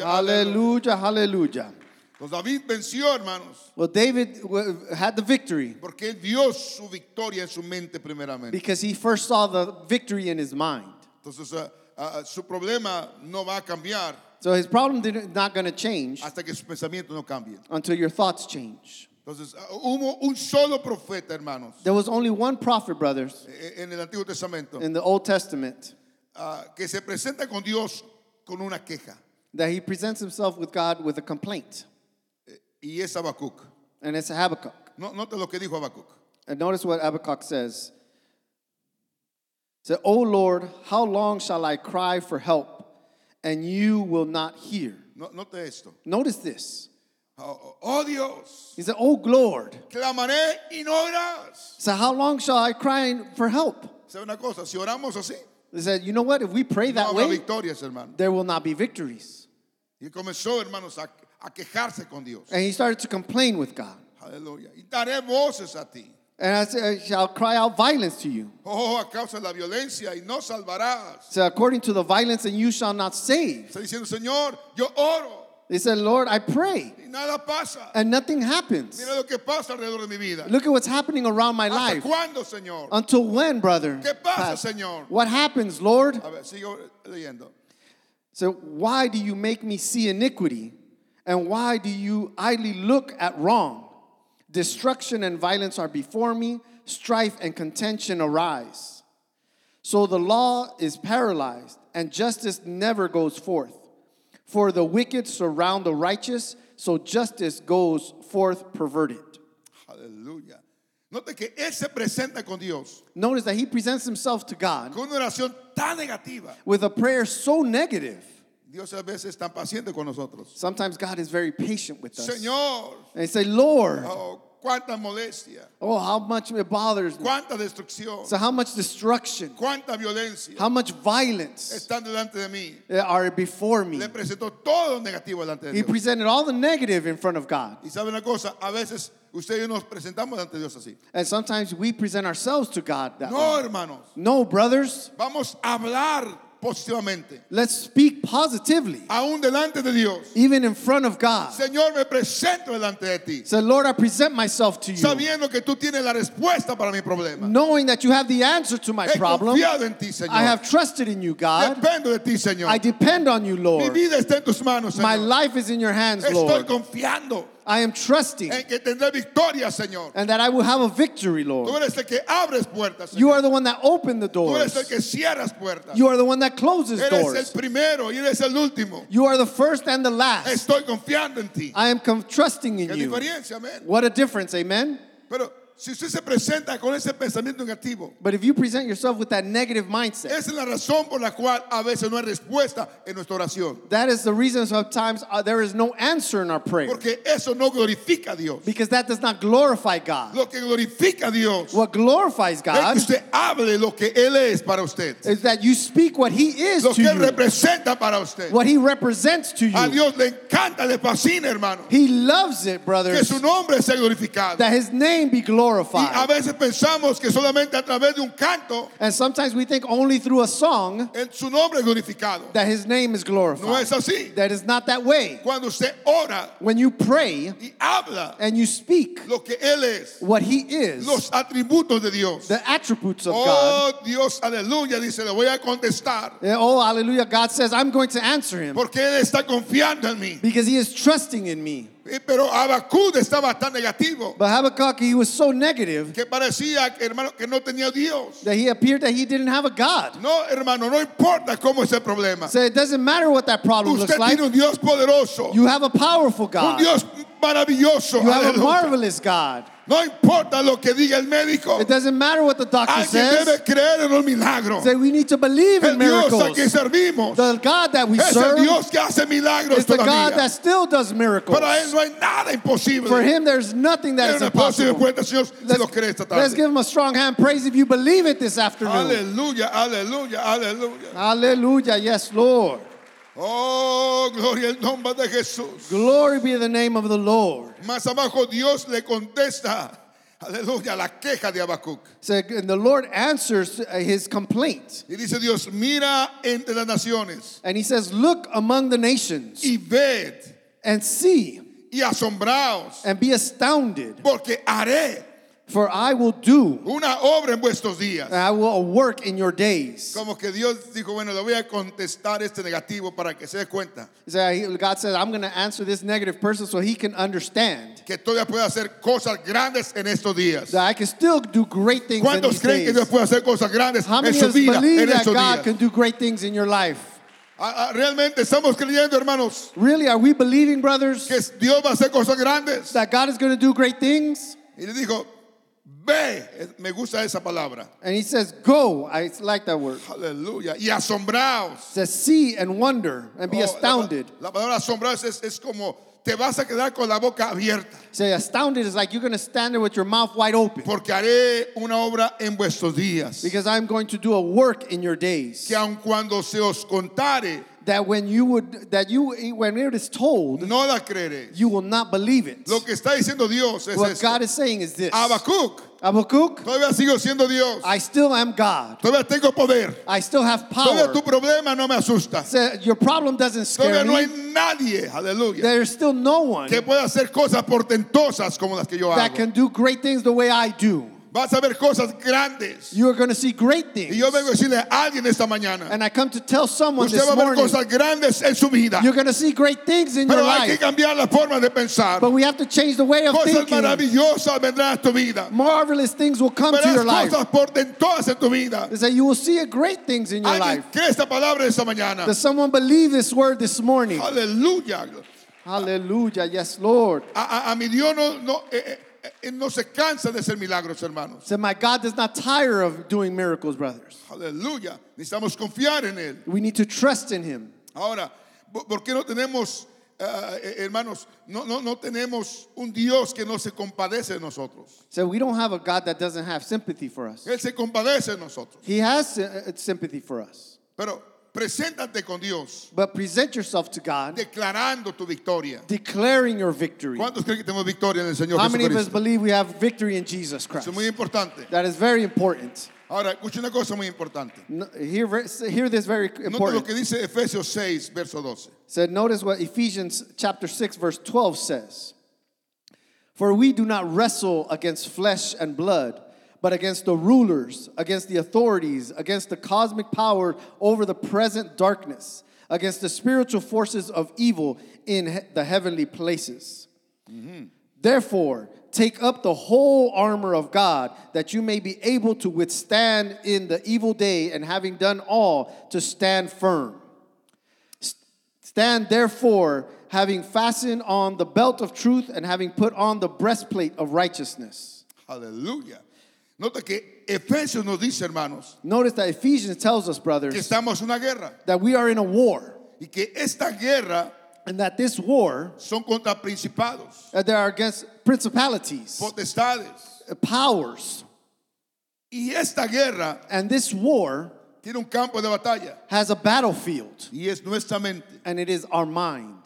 Speaker 2: aleluya.
Speaker 1: Hallelujah, hallelujah.
Speaker 2: Pues David venció, hermanos,
Speaker 1: Well, David w- had the victory
Speaker 2: porque él dio su victoria en su mente primeramente.
Speaker 1: because he first saw the victory in his mind.
Speaker 2: Entonces, ah, ah, su problema no va a cambiar
Speaker 1: So his problem didn't, not going to change
Speaker 2: hasta que sus pensamientos no cambien.
Speaker 1: until your thoughts change.
Speaker 2: Entonces, ah, hubo un solo profeta, hermanos,
Speaker 1: There was only one prophet, brothers,
Speaker 2: eh, en el Antiguo Testamento,
Speaker 1: in the Old Testament
Speaker 2: ah, que se presenta con Dios con una queja,
Speaker 1: that he presents himself with God with a complaint,
Speaker 2: y es Habacuc.
Speaker 1: and it's Habakkuk.
Speaker 2: No, nota lo que dijo Habacuc.
Speaker 1: And notice what Habakkuk says. Say, "O Lord, how long shall I cry for help, and you will not hear?"
Speaker 2: No, note esto.
Speaker 1: Notice this.
Speaker 2: Oh, oh, Dios,
Speaker 1: He said, "O Lord,
Speaker 2: clamaré y no oirás.
Speaker 1: so how long shall I cry for help?"
Speaker 2: ¿Sabe una cosa? Si oramos así,
Speaker 1: He said, "You know what? If we pray
Speaker 2: no
Speaker 1: that
Speaker 2: habrá
Speaker 1: way,
Speaker 2: victorias, hermano.
Speaker 1: there will not be victories."
Speaker 2: Y comenzó, hermanos, a, a quejarse con Dios.
Speaker 1: And he started to complain with God.
Speaker 2: Aleluya. Y daré voces a ti.
Speaker 1: And I said, "I shall cry out violence to you.
Speaker 2: Oh, a causa de la violencia y no salvarás.
Speaker 1: So according to the violence, and you shall not save.
Speaker 2: Está diciendo, Señor, yo oro
Speaker 1: They said, Lord, I pray.
Speaker 2: y nada pasa.
Speaker 1: And nothing happens.
Speaker 2: Mira lo que pasa alrededor de mi vida.
Speaker 1: Look at what's happening around my
Speaker 2: ¿Hasta
Speaker 1: life.
Speaker 2: cuándo, Señor?
Speaker 1: Until when, brother?
Speaker 2: ¿Qué pasa, Señor?
Speaker 1: What happens, Lord?
Speaker 2: A ver, sigo leyendo.
Speaker 1: So why do you make me see iniquity? And why do you idly look at wrong? Destruction and violence are before me, strife and contention arise. So the law is paralyzed, and justice never goes forth. For the wicked surround the righteous, so justice goes forth perverted.
Speaker 2: Aleluya. Note que Él se presenta con Dios
Speaker 1: Notice that he presents himself to God
Speaker 2: con una oración tan negativa.
Speaker 1: with a prayer so negative.
Speaker 2: Dios a veces es tan paciente con nosotros.
Speaker 1: Sometimes God is very patient with us.
Speaker 2: Señor,
Speaker 1: And say, Lord,
Speaker 2: oh, cuánta molestia,
Speaker 1: Oh, how much it bothers me.
Speaker 2: cuánta destrucción,
Speaker 1: So, how much destruction,
Speaker 2: cuánta violencia
Speaker 1: how much violence
Speaker 2: están delante de mí.
Speaker 1: are before me.
Speaker 2: Le presentó todo negativo delante de
Speaker 1: He
Speaker 2: Dios.
Speaker 1: presented all the negative in front of God.
Speaker 2: Y sabe una cosa, a veces usted y yo nos presentamos delante de Dios así.
Speaker 1: And sometimes we present ourselves to God that
Speaker 2: No,
Speaker 1: way.
Speaker 2: hermanos,
Speaker 1: No, brothers,
Speaker 2: vamos a hablar positivamente,
Speaker 1: let's speak positively,
Speaker 2: aún delante de Dios.
Speaker 1: even in front of God.
Speaker 2: Señor, me presento delante de ti,
Speaker 1: Say, Lord, I present myself to you,
Speaker 2: sabiendo que tú tienes la respuesta para mi problema.
Speaker 1: knowing that you have the answer to my
Speaker 2: He
Speaker 1: problem.
Speaker 2: confiado en ti, Señor.
Speaker 1: I have trusted in you, God.
Speaker 2: Dependo de ti, Señor.
Speaker 1: I depend on you,
Speaker 2: Mi
Speaker 1: Lord.
Speaker 2: vida está en tus manos,
Speaker 1: My
Speaker 2: Señor.
Speaker 1: life is in your hands,
Speaker 2: Estoy
Speaker 1: Lord.
Speaker 2: confiando
Speaker 1: I am trusting
Speaker 2: en que tendré victoria, Señor.
Speaker 1: and that I will have a victory, Lord.
Speaker 2: Tú eres el que abres puertas,
Speaker 1: You
Speaker 2: Señor.
Speaker 1: are the one that opened the
Speaker 2: Tú eres el
Speaker 1: doors.
Speaker 2: que cierras puertas.
Speaker 1: You are the one that closes
Speaker 2: Eres el
Speaker 1: doors.
Speaker 2: primero y eres el último.
Speaker 1: You are the first and the last.
Speaker 2: Estoy confiando en ti.
Speaker 1: I am com- trusting
Speaker 2: Qué
Speaker 1: in you.
Speaker 2: diferencia, amén.
Speaker 1: What a difference, amen?
Speaker 2: Pero si usted se presenta con ese pensamiento negativo,
Speaker 1: But if you present yourself with that negative mindset,
Speaker 2: esa es la razón por la cual a veces no hay respuesta en nuestra oración.
Speaker 1: that is the reason sometimes uh, there is no answer in our prayer
Speaker 2: Porque eso no glorifica a Dios.
Speaker 1: because that does not glorify God.
Speaker 2: Lo que glorifica a Dios
Speaker 1: What glorifies
Speaker 2: es que
Speaker 1: God
Speaker 2: usted hable lo que Él es para usted.
Speaker 1: is that you speak what He is
Speaker 2: Lo
Speaker 1: to
Speaker 2: que Él
Speaker 1: you,
Speaker 2: representa para usted.
Speaker 1: what He represents to
Speaker 2: A
Speaker 1: you.
Speaker 2: Dios le encanta, le fascina, hermano.
Speaker 1: He loves it,
Speaker 2: Que
Speaker 1: brothers,
Speaker 2: su nombre sea glorificado.
Speaker 1: that His name be
Speaker 2: Y a
Speaker 1: glorified.
Speaker 2: veces pensamos que solamente a través de un canto
Speaker 1: And sometimes we think only through a song
Speaker 2: en su nombre es glorificado.
Speaker 1: that His name is
Speaker 2: No es
Speaker 1: glorified.
Speaker 2: así.
Speaker 1: That is not that way.
Speaker 2: Cuando usted ora
Speaker 1: When you pray
Speaker 2: y habla
Speaker 1: and you speak
Speaker 2: lo que Él es,
Speaker 1: what He is,
Speaker 2: los atributos de Dios.
Speaker 1: the attributes of God.
Speaker 2: Oh Dios, aleluya, dice, le voy a contestar
Speaker 1: Yeah, Oh, hallelujah. God says, I'm going to answer him
Speaker 2: porque Él está confiando en mí.
Speaker 1: because he is trusting in me.
Speaker 2: Eh, Pero Abacud estaba tan negativo
Speaker 1: But Habakkuk, he was so negative
Speaker 2: que parecía, hermano, que no tenía Dios.
Speaker 1: that he appeared that he didn't have a God.
Speaker 2: No, hermano, no importa cómo es el problema.
Speaker 1: So it doesn't matter what that problem
Speaker 2: Usted
Speaker 1: looks like.
Speaker 2: tiene un Dios poderoso,
Speaker 1: You have a powerful
Speaker 2: un
Speaker 1: God. You
Speaker 2: Dios maravilloso.
Speaker 1: have a
Speaker 2: aleluya.
Speaker 1: marvelous God.
Speaker 2: No importa lo que diga el médico.
Speaker 1: It doesn't matter what the doctor
Speaker 2: Alguien debe
Speaker 1: says.
Speaker 2: creer en los milagros.
Speaker 1: Say we need to believe in
Speaker 2: El Dios a quien
Speaker 1: miracles.
Speaker 2: servimos
Speaker 1: The God that we
Speaker 2: es el
Speaker 1: serve
Speaker 2: Dios que hace milagros
Speaker 1: is the God
Speaker 2: todavía.
Speaker 1: that still does miracles.
Speaker 2: Para él no hay nada imposible.
Speaker 1: For him, there's nothing that
Speaker 2: Dale
Speaker 1: is
Speaker 2: un aplauso y
Speaker 1: impossible.
Speaker 2: fuerte, Señor, se lo
Speaker 1: Let's,
Speaker 2: cree esta
Speaker 1: let's
Speaker 2: tarde.
Speaker 1: give him a strong hand praise if you believe it this afternoon.
Speaker 2: Aleluya, aleluya, aleluya.
Speaker 1: Hallelujah. Yes, Lord.
Speaker 2: Oh, gloria al nombre de Jesús.
Speaker 1: Glory be the name of the Lord.
Speaker 2: Más abajo Dios le contesta, aleluya, la queja de Habacuc.
Speaker 1: So, and the Lord answers uh, his complaint.
Speaker 2: Y dice Dios, mira entre las naciones
Speaker 1: And he says, Look among the nations
Speaker 2: y ved
Speaker 1: and see
Speaker 2: y asombraos,
Speaker 1: and be astounded,
Speaker 2: porque haré
Speaker 1: for I will do,
Speaker 2: una obra en vuestros días.
Speaker 1: and I will work in your days.
Speaker 2: Como que Dios dijo, bueno, le voy a contestar este negativo para que se dé cuenta
Speaker 1: So he- God says, I'm going to answer this negative person so he can understand
Speaker 2: que todavía puede hacer cosas grandes en estos días.
Speaker 1: that I can still do great things in
Speaker 2: ¿Cuántos
Speaker 1: these
Speaker 2: creen que
Speaker 1: days.
Speaker 2: Dios puede hacer cosas grandes
Speaker 1: How
Speaker 2: en
Speaker 1: many
Speaker 2: su
Speaker 1: of us
Speaker 2: vida,
Speaker 1: believe
Speaker 2: en
Speaker 1: that
Speaker 2: estos
Speaker 1: God
Speaker 2: días?
Speaker 1: can do great things in your life?
Speaker 2: Ah, ah, Realmente estamos creyendo, hermanos,
Speaker 1: Really, are we believing, brothers,
Speaker 2: que Dios va a hacer cosas grandes.
Speaker 1: that God is going to do great things?
Speaker 2: Y le dijo, ve, Eh, me gusta esa palabra.
Speaker 1: And he says, Go. I like that word.
Speaker 2: Aleluya. Y asombraos.
Speaker 1: says, see and wonder and be
Speaker 2: Oh, la-
Speaker 1: astounded.
Speaker 2: La, palabra asombrados es, es como te vas a quedar con la boca abierta,
Speaker 1: Say, astounded is like you're going to stand there with your mouth wide open
Speaker 2: porque haré una obra en vuestros días.
Speaker 1: because I'm going to do a work in your days.
Speaker 2: que aun cuando se os contare,
Speaker 1: That when you would, that you, when it is told,
Speaker 2: no la creeréis.
Speaker 1: you will not believe it.
Speaker 2: Lo que está diciendo Dios es
Speaker 1: What
Speaker 2: esto.
Speaker 1: God is saying is this
Speaker 2: Habacuc,
Speaker 1: Habakkuk,
Speaker 2: todavía sigo siendo Dios.
Speaker 1: I still am God.
Speaker 2: Todavía tengo poder.
Speaker 1: I still have
Speaker 2: Todavía
Speaker 1: power.
Speaker 2: tu problema no me asusta.
Speaker 1: Say, your problem doesn't
Speaker 2: Todavía
Speaker 1: scare
Speaker 2: no hay
Speaker 1: me.
Speaker 2: nadie, aleluya,
Speaker 1: There's still no one
Speaker 2: que pueda hacer cosas portentosas como las que yo
Speaker 1: that
Speaker 2: hago.
Speaker 1: can do great things the way I do.
Speaker 2: Vas a ver cosas grandes.
Speaker 1: You are going to see great
Speaker 2: Y
Speaker 1: things.
Speaker 2: yo vengo a decirle a alguien esta mañana,
Speaker 1: And I come to tell someone
Speaker 2: usted
Speaker 1: this
Speaker 2: va a ver
Speaker 1: morning
Speaker 2: cosas grandes en su vida,
Speaker 1: You're going to see great things in your
Speaker 2: pero hay que
Speaker 1: life,
Speaker 2: cambiar la forma de pensar.
Speaker 1: but we have to change the way of
Speaker 2: Cosas
Speaker 1: thinking.
Speaker 2: maravillosas vendrán a tu vida.
Speaker 1: Marvelous things will come to your
Speaker 2: Verás
Speaker 1: life.
Speaker 2: cosas portentosas en tu vida.
Speaker 1: Is that you will see great things in your
Speaker 2: ¿Alguien
Speaker 1: life.
Speaker 2: cree esta palabra esta mañana?
Speaker 1: Does someone believe this word this morning?
Speaker 2: Aleluya.
Speaker 1: Hallelujah. Yes, Lord.
Speaker 2: A, a- a mi Dios no, no, eh, eh, eh, no se cansa de hacer milagros, hermanos.
Speaker 1: So my God does not tire of doing miracles, brothers.
Speaker 2: Aleluya. Necesitamos confiar en Él.
Speaker 1: We need to trust in him.
Speaker 2: Ahora, ¿por por qué no tenemos, ah, eh, hermanos, no, no, no tenemos un Dios que no se compadece de nosotros?
Speaker 1: So we don't have a God that doesn't have sympathy for us.
Speaker 2: Él se compadece de nosotros.
Speaker 1: He has uh, sympathy for us.
Speaker 2: Pero preséntate con Dios,
Speaker 1: But present yourself to God,
Speaker 2: declarando tu victoria.
Speaker 1: declaring your victory.
Speaker 2: ¿Cuántos creen que tenemos victoria en el Señor
Speaker 1: How many of us
Speaker 2: Jesucristo?
Speaker 1: believe we have victory in Jesus Christ?
Speaker 2: Eso es muy importante.
Speaker 1: That is very important.
Speaker 2: Ahora, escucha una cosa muy importante.
Speaker 1: No- Hear, ver- hear this very
Speaker 2: Nota lo que
Speaker 1: important.
Speaker 2: dice Efesios 6, verso 12.
Speaker 1: So notice what Ephesians chapter 6 verse 12 says. For we do not wrestle against flesh and blood, but against the rulers, against the authorities, against the cosmic power over the present darkness, against the spiritual forces of evil in he- the heavenly places. Therefore, take up the whole armor of God, that you may be able to withstand in the evil day, and having done all, to stand firm. S- Stand therefore, having fastened on the belt of truth, and having put on the breastplate of righteousness.
Speaker 2: Aleluya. Nota que Efesios nos dice, hermanos,
Speaker 1: Notice that Ephesians tells us,
Speaker 2: que
Speaker 1: brothers,
Speaker 2: estamos en una guerra
Speaker 1: that we are in a war
Speaker 2: y que esta guerra
Speaker 1: and that this war
Speaker 2: son contra principados,
Speaker 1: that there are against principalities,
Speaker 2: potestades.
Speaker 1: powers,
Speaker 2: Y esta guerra
Speaker 1: and this war
Speaker 2: tiene un campo de batalla
Speaker 1: has a battlefield,
Speaker 2: y es nuestra mente.
Speaker 1: and it is our mind.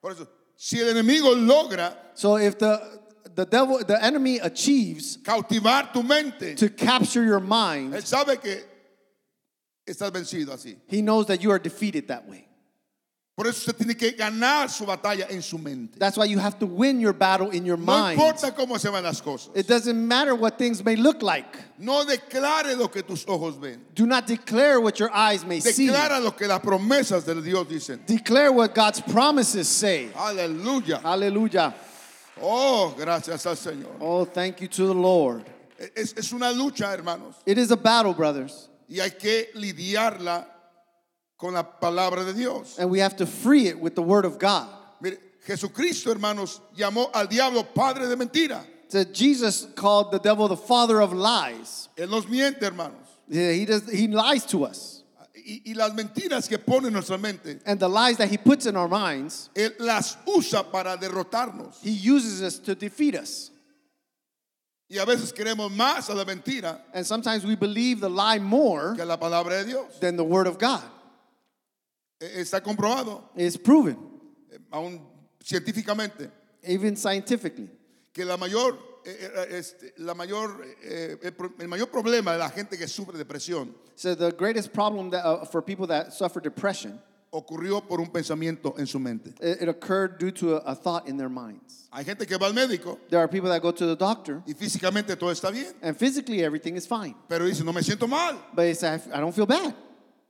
Speaker 2: Por eso, si el enemigo logra
Speaker 1: So if the the devil, the enemy achieves
Speaker 2: cautivar tu mente,
Speaker 1: to capture your mind,
Speaker 2: él sabe que estás vencido así.
Speaker 1: he knows that you are defeated that way.
Speaker 2: Por eso usted tiene que ganar su batalla en su mente.
Speaker 1: That's why you have to win your battle in your
Speaker 2: No
Speaker 1: mind.
Speaker 2: importa cómo se van las cosas.
Speaker 1: It doesn't matter what things may look like.
Speaker 2: No declare lo que tus ojos ven.
Speaker 1: Do not declare what your eyes may see.
Speaker 2: Declara lo que las promesas de Dios dicen.
Speaker 1: Declare what God's promises say.
Speaker 2: Aleluya.
Speaker 1: Ah. Hallelujah.
Speaker 2: Oh, gracias al Señor.
Speaker 1: Oh, thank you to the Lord.
Speaker 2: Es, es una lucha, hermanos.
Speaker 1: It is a battle, brothers,
Speaker 2: Y hay que lidiarla con la palabra de Dios.
Speaker 1: and we have to free it with the word of God.
Speaker 2: Mire, Jesucristo, hermanos, llamó al diablo padre de mentira.
Speaker 1: So Jesus called the devil the father of lies.
Speaker 2: Él nos miente, hermanos.
Speaker 1: Yeah, He does he lies to us.
Speaker 2: Y, y las mentiras que pone en nuestra mente,
Speaker 1: And the lies that he puts in our minds,
Speaker 2: Él las usa para derrotarnos.
Speaker 1: he uses us to defeat us.
Speaker 2: Y a veces queremos más a la mentira
Speaker 1: And sometimes we believe the lie more
Speaker 2: que a la palabra de Dios.
Speaker 1: than the word of God.
Speaker 2: Eh, Está comprobado.
Speaker 1: It's proven,
Speaker 2: eh, aún científicamente,
Speaker 1: even scientifically,
Speaker 2: que la mayor, eh, eh, este, la mayor, eh, el, pro- el mayor problema de la gente que sufre depresión
Speaker 1: So the greatest problem that, uh, for people that suffer depression,
Speaker 2: ocurrió por un pensamiento en su mente.
Speaker 1: it, it occurred due to a, a thought in their minds.
Speaker 2: Hay gente que va al médico
Speaker 1: There are people that go to the doctor
Speaker 2: y físicamente todo está bien,
Speaker 1: and physically everything is fine,
Speaker 2: pero dice, no me siento mal.
Speaker 1: but it's, I, f- I don't feel bad.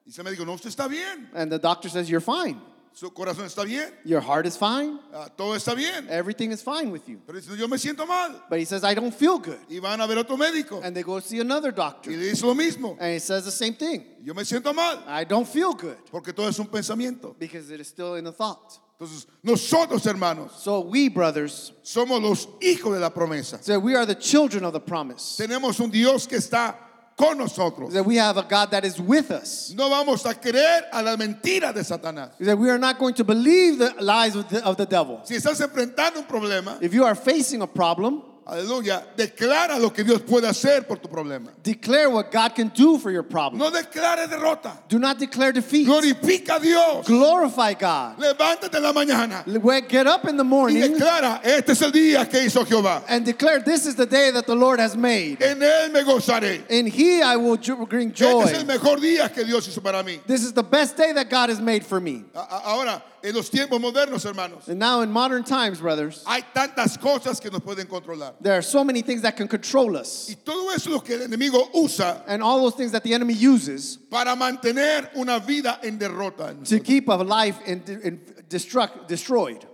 Speaker 2: Dice el médico, no, usted está bien,
Speaker 1: And the doctor says, You're fine.
Speaker 2: su corazón está bien,
Speaker 1: Your heart is fine.
Speaker 2: ah, todo está bien.
Speaker 1: Everything is fine with you.
Speaker 2: Pero dice, "No, yo me siento mal.
Speaker 1: But he says, I don't feel good.
Speaker 2: Y van a ver otro médico
Speaker 1: And they go see another
Speaker 2: y
Speaker 1: doctor
Speaker 2: le dice lo mismo,
Speaker 1: and he says the same thing.
Speaker 2: yo me siento mal,
Speaker 1: I don't feel good
Speaker 2: porque todo es un pensamiento.
Speaker 1: because it is still in a thought.
Speaker 2: Entonces, nosotros hermanos
Speaker 1: So we, brothers,
Speaker 2: somos los hijos de la promesa.
Speaker 1: so we are the children of the promise.
Speaker 2: Tenemos un Dios que está con nosotros.
Speaker 1: That we have a God that is with us.
Speaker 2: No vamos a creer a la mentira de Satanás.
Speaker 1: That we are not going to believe the lies of the, of the devil.
Speaker 2: Si estás enfrentando un problema,
Speaker 1: If you are facing a problem,
Speaker 2: aleluya, declara lo que Dios puede hacer por tu problema.
Speaker 1: declare what God can do for your problem.
Speaker 2: No declare derrota.
Speaker 1: Do not declare defeat.
Speaker 2: Glorifica a Dios.
Speaker 1: Glorify God.
Speaker 2: Levántate en la mañana
Speaker 1: Wake- Get up in the
Speaker 2: y
Speaker 1: morning
Speaker 2: declara, este es el día que hizo Jehová.
Speaker 1: and declare, This is the day that the Lord has made.
Speaker 2: En él me gozaré.
Speaker 1: In He I will ju- bring
Speaker 2: Este es el
Speaker 1: joy.
Speaker 2: mejor día que Dios hizo para mí.
Speaker 1: This is the best day that God has made for me.
Speaker 2: A- a- Ahora, en los tiempos modernos, hermanos,
Speaker 1: And now, in modern times, brothers,
Speaker 2: hay tantas cosas que nos pueden controlar.
Speaker 1: there are so many things that can control us.
Speaker 2: Y todo eso es lo que el enemigo usa
Speaker 1: And all those things that the enemy uses
Speaker 2: para mantener una vida en derrota.
Speaker 1: to keep a life in, in destruct, destroyed,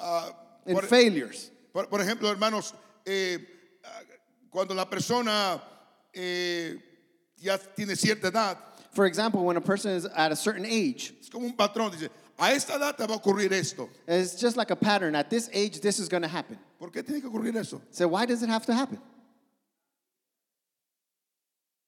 Speaker 2: Ah,
Speaker 1: in
Speaker 2: por,
Speaker 1: failures.
Speaker 2: por- por ejemplo, hermanos, eh, ah, cuando la persona eh, ya tiene cierta edad,
Speaker 1: For example, when a person is at a certain age,
Speaker 2: es como un patrón, dice, a esta edad te va a ocurrir esto.
Speaker 1: it's just like a pattern. At this age, this is going to happen.
Speaker 2: ¿Por qué tiene que ocurrir eso?
Speaker 1: So why does it have to happen?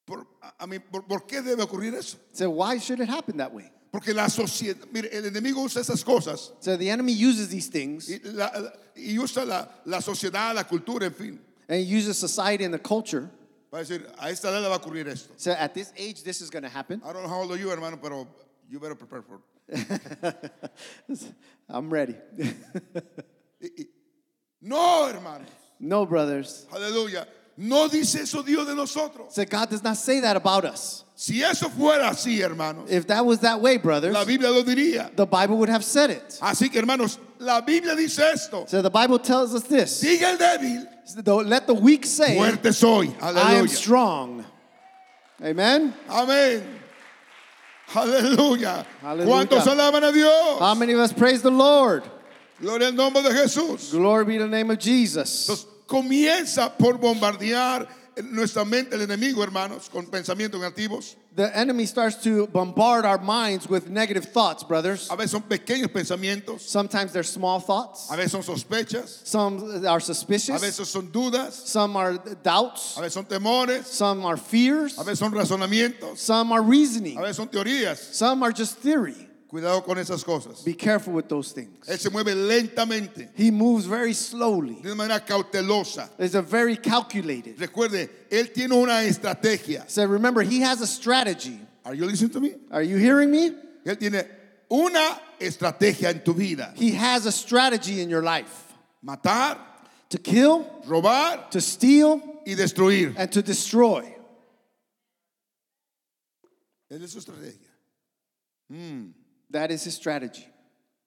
Speaker 2: Por, a- a mí, por- ¿por qué debe ocurrir eso?
Speaker 1: So why should it happen that way?
Speaker 2: Porque la sociedad, mire, el enemigo usa esas cosas
Speaker 1: So the enemy uses these things
Speaker 2: y, la- la- y usa la, la sociedad, la cultura, en fin,
Speaker 1: and he uses society and the culture.
Speaker 2: para decir, a esta edad le va a ocurrir esto.
Speaker 1: So at this age, this is going to happen.
Speaker 2: I don't know how old are you, hermano, pero you better prepare for it.
Speaker 1: I'm ready.
Speaker 2: No, hermano.
Speaker 1: no, brothers.
Speaker 2: Aleluya. No dice eso Dios de nosotros.
Speaker 1: So God does not say that about us.
Speaker 2: Si eso fuera así, hermanos,
Speaker 1: If that was that way, brothers,
Speaker 2: la Biblia lo diría.
Speaker 1: the Bible would have said it.
Speaker 2: Así que, hermanos, la Biblia dice esto.
Speaker 1: So the Bible tells us this.
Speaker 2: Sigue el débil.
Speaker 1: Though- Let the weak say,
Speaker 2: Fuerte soy.
Speaker 1: I am
Speaker 2: Aleluya.
Speaker 1: strong. Amen.
Speaker 2: Amén. Aleluya.
Speaker 1: Aleluya.
Speaker 2: ¿Cuántos alaban a
Speaker 1: How
Speaker 2: Dios?
Speaker 1: many of us praise the Lord?
Speaker 2: Gloria al nombre de Jesús.
Speaker 1: Glory be to the name of Jesus.
Speaker 2: Entonces, comienza por bombardear en nuestra mente el enemigo, hermanos, con pensamientos negativos.
Speaker 1: The enemy starts to bombard our minds with negative thoughts, brothers.
Speaker 2: A veces son pequeños pensamientos,
Speaker 1: Sometimes they're small thoughts,
Speaker 2: a veces son sospechas,
Speaker 1: some are
Speaker 2: a
Speaker 1: suspicious,
Speaker 2: veces son dudas,
Speaker 1: some are doubts,
Speaker 2: a veces son temores,
Speaker 1: some are fears,
Speaker 2: a veces son razonamientos,
Speaker 1: some are reasoning,
Speaker 2: a veces son teorías.
Speaker 1: some are just theory.
Speaker 2: Cuidado con esas cosas.
Speaker 1: Be careful with those things.
Speaker 2: Él se mueve lentamente,
Speaker 1: He moves very slowly.
Speaker 2: de una manera cautelosa.
Speaker 1: It's a very calculated.
Speaker 2: Recuerde, él tiene una estrategia.
Speaker 1: So remember, he has a strategy.
Speaker 2: Are you listening to me?
Speaker 1: Are you hearing me?
Speaker 2: Él tiene una estrategia en tu vida.
Speaker 1: He has a strategy in your life
Speaker 2: Matar,
Speaker 1: to kill,
Speaker 2: robar
Speaker 1: to steal,
Speaker 2: y destruir.
Speaker 1: and to destroy.
Speaker 2: Él es su estrategia.
Speaker 1: That is his strategy.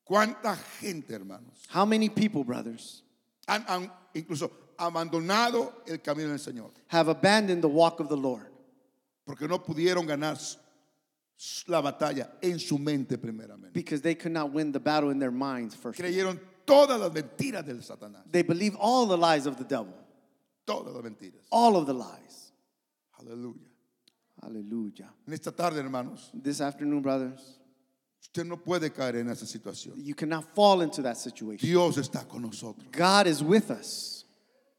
Speaker 2: ¿Cuánta gente, hermanos,
Speaker 1: How many people, brothers,
Speaker 2: han, han incluso abandonado el camino del Señor?
Speaker 1: have abandoned the walk of the Lord
Speaker 2: Porque no pudieron ganar s- la batalla en su mente primeramente.
Speaker 1: because they could not win the battle in their minds first?
Speaker 2: Creyeron todas las mentiras del Satanás.
Speaker 1: They believe all the lies of the devil,
Speaker 2: Todas las mentiras.
Speaker 1: all of the lies.
Speaker 2: Aleluya.
Speaker 1: Hallelujah.
Speaker 2: En esta tarde, hermanos,
Speaker 1: This afternoon, brothers,
Speaker 2: usted no puede caer en esa situación.
Speaker 1: you cannot fall into that situation.
Speaker 2: Dios está con nosotros.
Speaker 1: God is with us.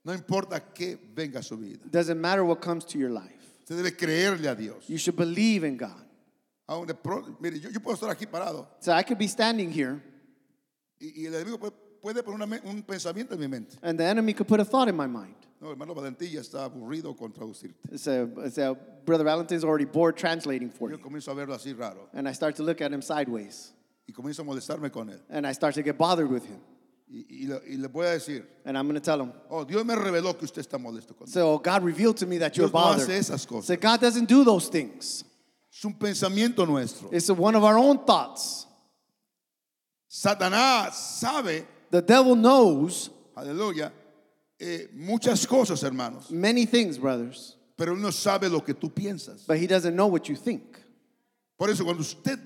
Speaker 2: No importa qué venga a su vida.
Speaker 1: Doesn't matter what comes to your life.
Speaker 2: Usted debe creerle a Dios.
Speaker 1: You should believe in God.
Speaker 2: Aún de pro- mire, yo, yo puedo estar aquí parado
Speaker 1: So I could be standing here
Speaker 2: y, y el enemigo puede, puede poner una me- un pensamiento en mi mente.
Speaker 1: and the enemy could put a thought in my mind.
Speaker 2: No, hermano Valentilla está aburrido con traducirte.
Speaker 1: So, so Brother Valentin's already bored translating for
Speaker 2: Yo
Speaker 1: you.
Speaker 2: comienzo a verlo así raro
Speaker 1: And I start to look at him sideways
Speaker 2: y comienzo a molestarme con él.
Speaker 1: and I start to get bothered with him.
Speaker 2: Y, y le, y le voy a decir,
Speaker 1: And I'm going to tell him,
Speaker 2: oh, Dios me reveló que usted está molesto con él.
Speaker 1: So God revealed to me that you're
Speaker 2: Dios no
Speaker 1: bothered.
Speaker 2: hace esas cosas.
Speaker 1: So God doesn't do those things.
Speaker 2: Es un pensamiento nuestro.
Speaker 1: It's one of our own thoughts.
Speaker 2: Satanás sabe,
Speaker 1: The devil knows
Speaker 2: aleluya, eh, muchas cosas, hermanos,
Speaker 1: many things, brothers,
Speaker 2: pero él no sabe lo que tú piensas.
Speaker 1: but he doesn't know what you think.
Speaker 2: Por eso, cuando usted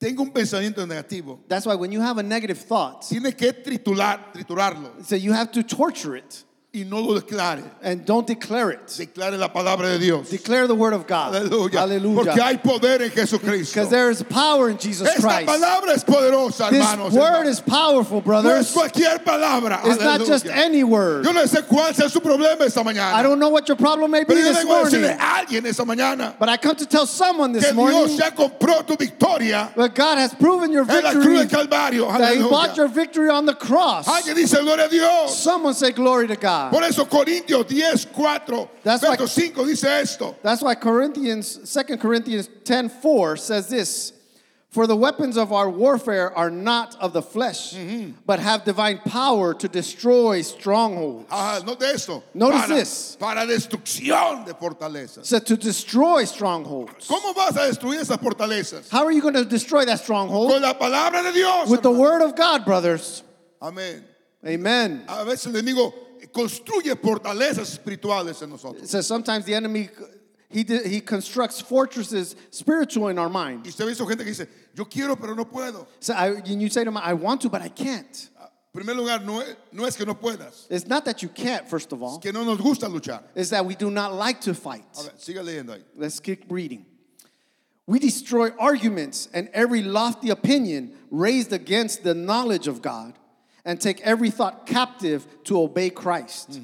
Speaker 2: tenga un pensamiento negativo,
Speaker 1: That's why when you have a negative thought,
Speaker 2: Tiene que triturar, triturarlo
Speaker 1: so you have to torture it
Speaker 2: y no lo declare.
Speaker 1: and don't declare it.
Speaker 2: Declare la palabra de Dios.
Speaker 1: Declare the word of God.
Speaker 2: Aleluya. Porque hay poder en Jesucristo.
Speaker 1: Because there is power in Jesus
Speaker 2: Esta
Speaker 1: Christ.
Speaker 2: palabra es poderosa,
Speaker 1: this
Speaker 2: hermanos.
Speaker 1: word
Speaker 2: hermanos.
Speaker 1: is powerful,
Speaker 2: no es
Speaker 1: brothers.
Speaker 2: cualquier palabra.
Speaker 1: it's not
Speaker 2: Aleluya.
Speaker 1: just any word.
Speaker 2: Yo no sé cuál sea su problema esta mañana.
Speaker 1: I don't know what your problem may be
Speaker 2: pero yo
Speaker 1: this
Speaker 2: vengo a decirle
Speaker 1: morning,
Speaker 2: a alguien esta mañana
Speaker 1: but I come to tell someone
Speaker 2: que
Speaker 1: this morning
Speaker 2: Dios ya compró tu victoria
Speaker 1: But God has proven your
Speaker 2: en la cruz
Speaker 1: victory.
Speaker 2: del Calvario.
Speaker 1: That He
Speaker 2: Aleluya.
Speaker 1: bought your victory on the cross.
Speaker 2: Alguien dice gloria a Dios.
Speaker 1: Someone say glory to God.
Speaker 2: Por eso Corintios 10, 4,
Speaker 1: That's
Speaker 2: verso
Speaker 1: why-
Speaker 2: 5 dice esto.
Speaker 1: That's why Corinthians, 2 Corinthians 10 4 says this For the weapons of our warfare are not of the flesh,
Speaker 2: Mm-hmm.
Speaker 1: but have divine power to destroy strongholds.
Speaker 2: Ajá, note esto.
Speaker 1: Notice
Speaker 2: para,
Speaker 1: this.
Speaker 2: para destrucción de fortalezas.
Speaker 1: So to destroy strongholds.
Speaker 2: ¿Cómo vas a destruir esas fortalezas?
Speaker 1: How are you going to destroy that stronghold?
Speaker 2: Con la palabra de Dios.
Speaker 1: With the
Speaker 2: hermano.
Speaker 1: word of God, brothers.
Speaker 2: Amén.
Speaker 1: Amen.
Speaker 2: A veces el enemigo construye fortalezas espirituales en nosotros.
Speaker 1: So sometimes the enemy, he, di- he constructs fortresses spiritual in our mind.
Speaker 2: Y usted ha visto gente que dice, yo quiero pero no puedo.
Speaker 1: So I, and you say to me, I want to, but I can't.
Speaker 2: En primer lugar, no es, no es que no puedas,
Speaker 1: It's not that you can't, first of
Speaker 2: es
Speaker 1: all.
Speaker 2: que no nos gusta luchar.
Speaker 1: It's that we do not like to fight.
Speaker 2: A ver, siga leyendo ahí.
Speaker 1: Let's keep reading. We destroy arguments and every lofty opinion raised against the knowledge of God and take every thought captive to obey Christ.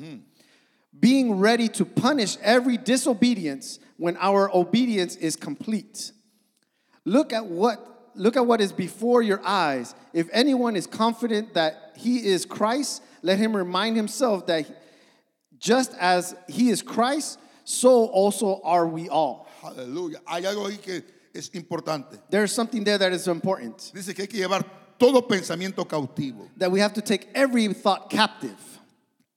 Speaker 1: Being ready to punish every disobedience when our obedience is complete. Look at what look at what is before your eyes. If anyone is confident that he is Christ, let him remind himself that just as he is Christ, so also are we all.
Speaker 2: Aleluya. Hay algo ahí que es importante.
Speaker 1: There's something there that is important
Speaker 2: Dice que hay que llevar todo pensamiento cautivo.
Speaker 1: that we have to take every thought captive.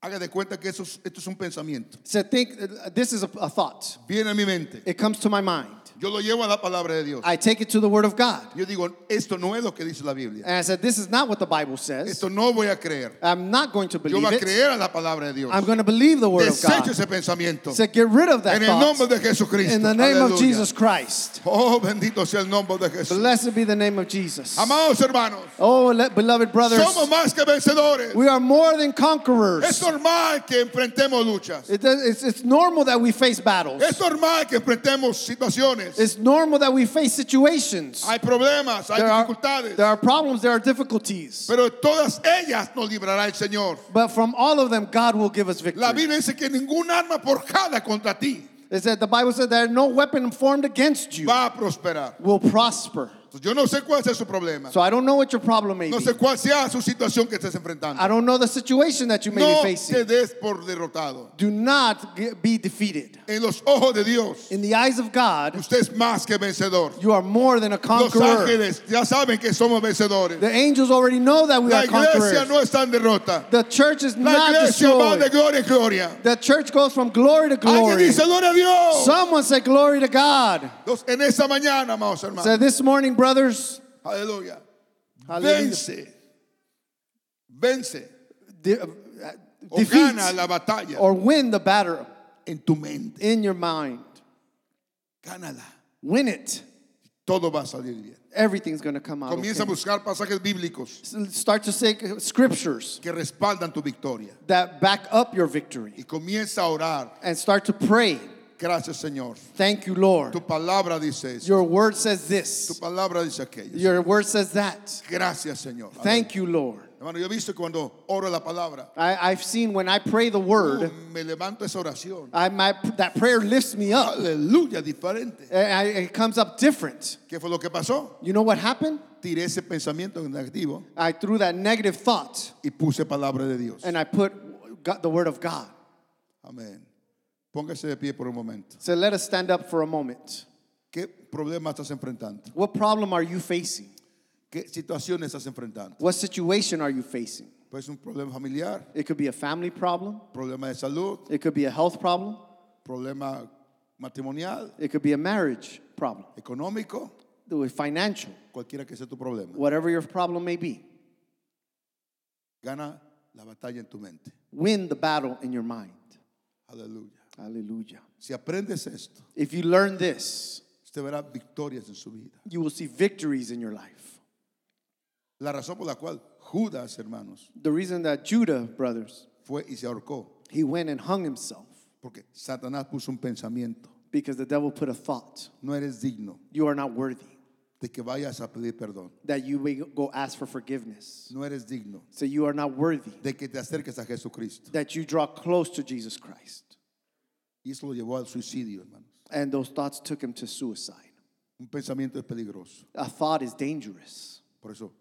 Speaker 2: Haga de cuenta que eso es- esto es un pensamiento.
Speaker 1: So think this is a, a thought.
Speaker 2: Viene a mi mente.
Speaker 1: It comes to my mind.
Speaker 2: Yo lo llevo a la palabra de Dios.
Speaker 1: I take it to the Word of God.
Speaker 2: Yo digo, esto no es lo que dice la Biblia.
Speaker 1: And I said, This is not what the Bible says.
Speaker 2: Esto no voy a creer.
Speaker 1: I'm not going to
Speaker 2: Yo
Speaker 1: believe
Speaker 2: voy a
Speaker 1: it.
Speaker 2: creer a la palabra de Dios.
Speaker 1: I'm going to believe the Word of
Speaker 2: Desecho
Speaker 1: God.
Speaker 2: ese pensamiento.
Speaker 1: said, Get rid of that
Speaker 2: En el nombre
Speaker 1: thought
Speaker 2: de Jesucristo.
Speaker 1: in the name of
Speaker 2: Aleluya.
Speaker 1: Jesus Christ.
Speaker 2: Oh, bendito sea el nombre de Jesús.
Speaker 1: Blessed be the name of Jesus.
Speaker 2: Amados hermanos,
Speaker 1: Oh, le- beloved brothers,
Speaker 2: somos más que vencedores.
Speaker 1: we are more than
Speaker 2: Es
Speaker 1: conquerors.
Speaker 2: normal que enfrentemos luchas.
Speaker 1: It does- it's, it's normal that we face battles.
Speaker 2: Es normal que enfrentemos situaciones.
Speaker 1: It's normal that we face situations.
Speaker 2: Hay problemas, hay
Speaker 1: There are,
Speaker 2: dificultades.
Speaker 1: there are problems, there are difficulties.
Speaker 2: Pero de todas ellas nos librará el Señor.
Speaker 1: But from all of them, God will give us
Speaker 2: La
Speaker 1: victory.
Speaker 2: Biblia dice que ningún arma forjada contra ti
Speaker 1: It said the Bible said that no weapon formed against you
Speaker 2: va a prosperar.
Speaker 1: will prosper.
Speaker 2: Entonces, Pues Yo no sé cuál sea su problema.
Speaker 1: So I don't know what your problem may
Speaker 2: No
Speaker 1: be.
Speaker 2: sé cuál sea su situación que estés enfrentando.
Speaker 1: I don't know the situation that you may
Speaker 2: No
Speaker 1: be
Speaker 2: te
Speaker 1: facing.
Speaker 2: des por derrotado.
Speaker 1: Do not ge- be defeated.
Speaker 2: En los ojos de Dios,
Speaker 1: In the eyes of God,
Speaker 2: usted es más que vencedor.
Speaker 1: you are more than a
Speaker 2: Los
Speaker 1: conqueror.
Speaker 2: ángeles ya saben que somos vencedores.
Speaker 1: The angels already know that we are
Speaker 2: La iglesia
Speaker 1: conquerors.
Speaker 2: no está en derrota.
Speaker 1: The church is
Speaker 2: La
Speaker 1: not
Speaker 2: iglesia va de
Speaker 1: destroyed.
Speaker 2: gloria en gloria.
Speaker 1: The church goes from glory to
Speaker 2: Alguien
Speaker 1: glory.
Speaker 2: dice "Oh, gloria a Dios.
Speaker 1: Someone said glory to God.
Speaker 2: Entonces, En esta mañana, amados hermanos.
Speaker 1: So this morning, brothers,
Speaker 2: Aleluya.
Speaker 1: hallelujah,
Speaker 2: Vence. Vence.
Speaker 1: de- uh,
Speaker 2: O
Speaker 1: defeat
Speaker 2: gana la batalla
Speaker 1: or win the battle
Speaker 2: en tu mente.
Speaker 1: in your mind.
Speaker 2: Gánala.
Speaker 1: Win it.
Speaker 2: Todo va a salir bien.
Speaker 1: Everything's going to come out.
Speaker 2: Comienza a
Speaker 1: Okay.
Speaker 2: buscar pasajes bíblicos
Speaker 1: S- Start to say scriptures
Speaker 2: que respaldan tu victoria.
Speaker 1: that back up your victory
Speaker 2: Y comienza a orar.
Speaker 1: and start to pray.
Speaker 2: Gracias, Señor.
Speaker 1: Thank you, Lord.
Speaker 2: Tu palabra dice eso.
Speaker 1: Your word says
Speaker 2: Tu
Speaker 1: this.
Speaker 2: palabra dice aquello.
Speaker 1: Your word says that.
Speaker 2: Gracias, Señor.
Speaker 1: Thank you, Lord.
Speaker 2: Hermano, yo he visto que cuando oro la palabra,
Speaker 1: I, I've seen when I pray the
Speaker 2: uh,
Speaker 1: word,
Speaker 2: me levanto esa oración.
Speaker 1: I, my, that prayer lifts me up.
Speaker 2: Aleluya, diferente.
Speaker 1: And I- it comes up different.
Speaker 2: ¿Qué fue lo que pasó?
Speaker 1: You know what happened?
Speaker 2: Tiré ese pensamiento negativo
Speaker 1: I threw that negative thought
Speaker 2: y puse palabra de Dios.
Speaker 1: and I put God, the word of God.
Speaker 2: Amén. Póngase de pie por un momento.
Speaker 1: So let us stand up for a moment.
Speaker 2: ¿Qué problema estás enfrentando?
Speaker 1: What problem are you facing?
Speaker 2: ¿Qué situación estás enfrentando?
Speaker 1: What situation are you facing?
Speaker 2: Pues un problema familiar,
Speaker 1: It could be a family problem,
Speaker 2: problema de salud,
Speaker 1: it could be a health problem,
Speaker 2: problema matrimonial,
Speaker 1: it could be a marriage problem,
Speaker 2: económico,
Speaker 1: it could be financial,
Speaker 2: cualquiera que sea tu problema.
Speaker 1: whatever your problem may be.
Speaker 2: Gana la batalla en tu mente.
Speaker 1: Win the battle in your mind.
Speaker 2: Aleluya.
Speaker 1: Hallelujah.
Speaker 2: Si aprendes esto,
Speaker 1: If you learn this,
Speaker 2: usted verá victorias en su vida.
Speaker 1: you will see victories in your life.
Speaker 2: La razón por la cual Judas, hermanos,
Speaker 1: The reason that Judah, brothers,
Speaker 2: fue y se ahorcó,
Speaker 1: he went and hung himself
Speaker 2: porque Satanás puso un pensamiento.
Speaker 1: because the devil put a thought
Speaker 2: No eres digno
Speaker 1: you are not worthy,
Speaker 2: de que vayas a pedir perdón.
Speaker 1: that you may go ask for forgiveness.
Speaker 2: No eres digno
Speaker 1: So you are not worthy,
Speaker 2: de que te acerques a Jesucristo.
Speaker 1: that you draw close to Jesus Christ.
Speaker 2: Y eso lo llevó al suicidio, hermanos.
Speaker 1: And those thoughts took him to suicide.
Speaker 2: Un pensamiento es peligroso.
Speaker 1: A thought is dangerous.
Speaker 2: Por eso,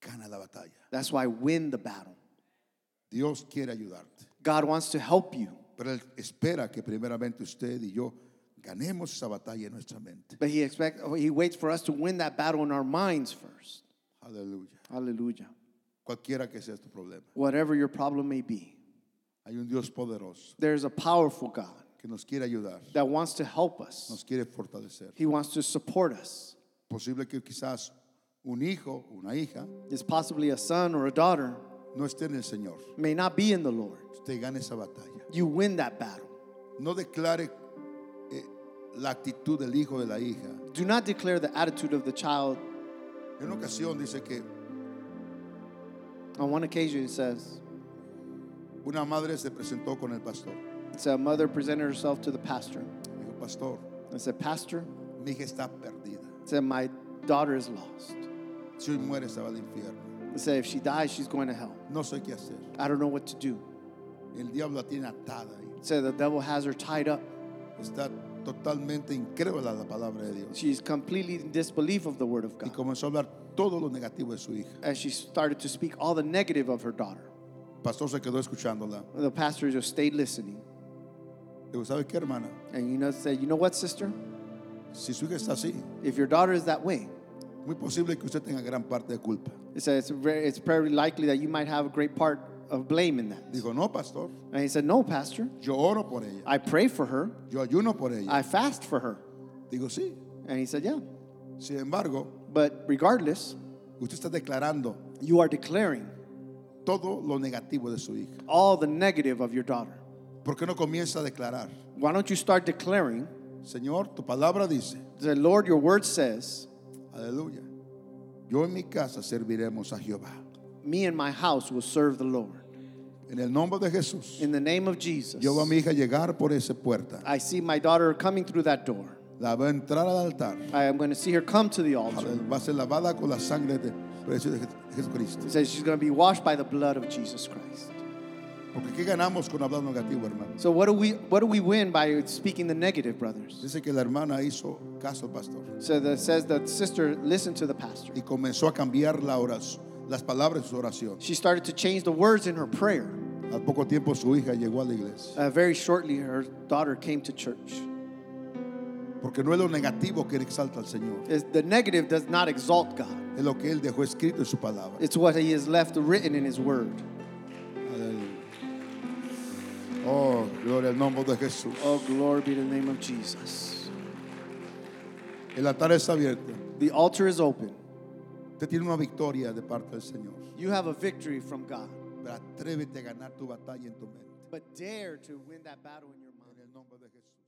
Speaker 2: gana la batalla.
Speaker 1: That's why win the battle.
Speaker 2: Dios quiere ayudarte,
Speaker 1: God wants to help you,
Speaker 2: pero Él espera que primeramente usted y yo ganemos esa batalla en nuestra mente.
Speaker 1: but he expect he waits for us to win that battle in our minds first.
Speaker 2: Aleluya.
Speaker 1: Hallelujah.
Speaker 2: Cualquiera que sea tu problema.
Speaker 1: Whatever your problem may be,
Speaker 2: Hay un Dios poderoso
Speaker 1: there's a powerful God
Speaker 2: que nos quiere ayudar,
Speaker 1: that wants to help us.
Speaker 2: nos quiere fortalecer.
Speaker 1: He wants to support us.
Speaker 2: Posible que quizás un hijo, una hija,
Speaker 1: It's possibly a son or a daughter
Speaker 2: no esté en el Señor.
Speaker 1: may not be in the Lord.
Speaker 2: Usted gane esa batalla.
Speaker 1: You win that battle.
Speaker 2: No declare eh, la actitud del hijo o de la hija.
Speaker 1: Do not declare the attitude of the child.
Speaker 2: En una ocasión dice que
Speaker 1: On one occasion, it says,
Speaker 2: una madre se presentó con el pastor.
Speaker 1: it's a mother presented herself to the pastor
Speaker 2: Dijo, pastor,
Speaker 1: and said, Pastor,
Speaker 2: mi hija está perdida.
Speaker 1: said, My daughter is lost.
Speaker 2: Si hoy muere, se va al infierno.
Speaker 1: It said, If she dies, she's going to hell.
Speaker 2: No sé qué hacer.
Speaker 1: I don't know what to do.
Speaker 2: El diablo la tiene atada ahí.
Speaker 1: It said, The devil has her tied up.
Speaker 2: Está totalmente incrédula la palabra de Dios.
Speaker 1: She's completely in disbelief of the word of
Speaker 2: Y
Speaker 1: God.
Speaker 2: comenzó a hablar todo lo negativo de su hija.
Speaker 1: And she started to speak all the negative of her daughter.
Speaker 2: El pastor se quedó escuchándola.
Speaker 1: The pastor just stayed listening.
Speaker 2: Digo, ¿sabe qué, hermana?
Speaker 1: And you know, said, You know what, sister?
Speaker 2: Si su hija está así,
Speaker 1: If your daughter is that way,
Speaker 2: muy posible que usted tenga gran parte de culpa.
Speaker 1: It said it's very, it's very likely that you might have a great part of blame in that.
Speaker 2: Dijo, no, pastor.
Speaker 1: And he said, No, Pastor,
Speaker 2: Yo oro por ella.
Speaker 1: I pray for her,
Speaker 2: Yo ayuno por ella.
Speaker 1: I fast for her.
Speaker 2: Digo, sí.
Speaker 1: And he said, Yeah.
Speaker 2: Sin embargo,
Speaker 1: But regardless,
Speaker 2: usted está declarando
Speaker 1: you are declaring
Speaker 2: todo lo negativo de su hija.
Speaker 1: all the negative of your daughter.
Speaker 2: ¿Por qué no comienza a declarar?
Speaker 1: Why don't you start declaring,
Speaker 2: Señor, tu palabra dice,
Speaker 1: the Lord, your word says,
Speaker 2: aleluya, yo en mi casa serviremos a Jehová.
Speaker 1: Me and my house will serve the Lord.
Speaker 2: En el nombre de Jesús,
Speaker 1: In the name of Jesus,
Speaker 2: yo veo a mi hija llegar por esa puerta.
Speaker 1: I see my daughter coming through that door.
Speaker 2: La va a entrar al altar.
Speaker 1: I am going to see her come to the altar.
Speaker 2: Va a ser lavada con la sangre de precio de Je- Jesucristo.
Speaker 1: It says she's going to be washed by the blood of Jesus Christ.
Speaker 2: Porque ¿qué ganamos con hablar negativo, hermano?
Speaker 1: So what do we what do we win by speaking the negative, brothers?
Speaker 2: Dice que la hermana hizo caso al pastor
Speaker 1: So that says that sister listened to the pastor.
Speaker 2: y comenzó a cambiar la oración, las palabras de su oración.
Speaker 1: She started to change the words in her prayer.
Speaker 2: Al poco tiempo su hija llegó a la iglesia.
Speaker 1: Uh, very shortly, her daughter came to church.
Speaker 2: Porque no es lo negativo que exalta al Señor,
Speaker 1: It's- the negative does not exalt God.
Speaker 2: es lo que Él dejó escrito en su palabra.
Speaker 1: It's what He has left written in His Word.
Speaker 2: Aleluya. Oh, gloria al nombre de Jesús.
Speaker 1: Oh, glory be to the name of Jesus.
Speaker 2: El altar está abierto.
Speaker 1: The altar is open.
Speaker 2: Usted tiene una victoria de parte del Señor.
Speaker 1: You have a victory from God,
Speaker 2: Pero atrévete a ganar tu batalla en tu mente.
Speaker 1: but dare to win that battle in your mind.
Speaker 2: En el nombre de Jesús.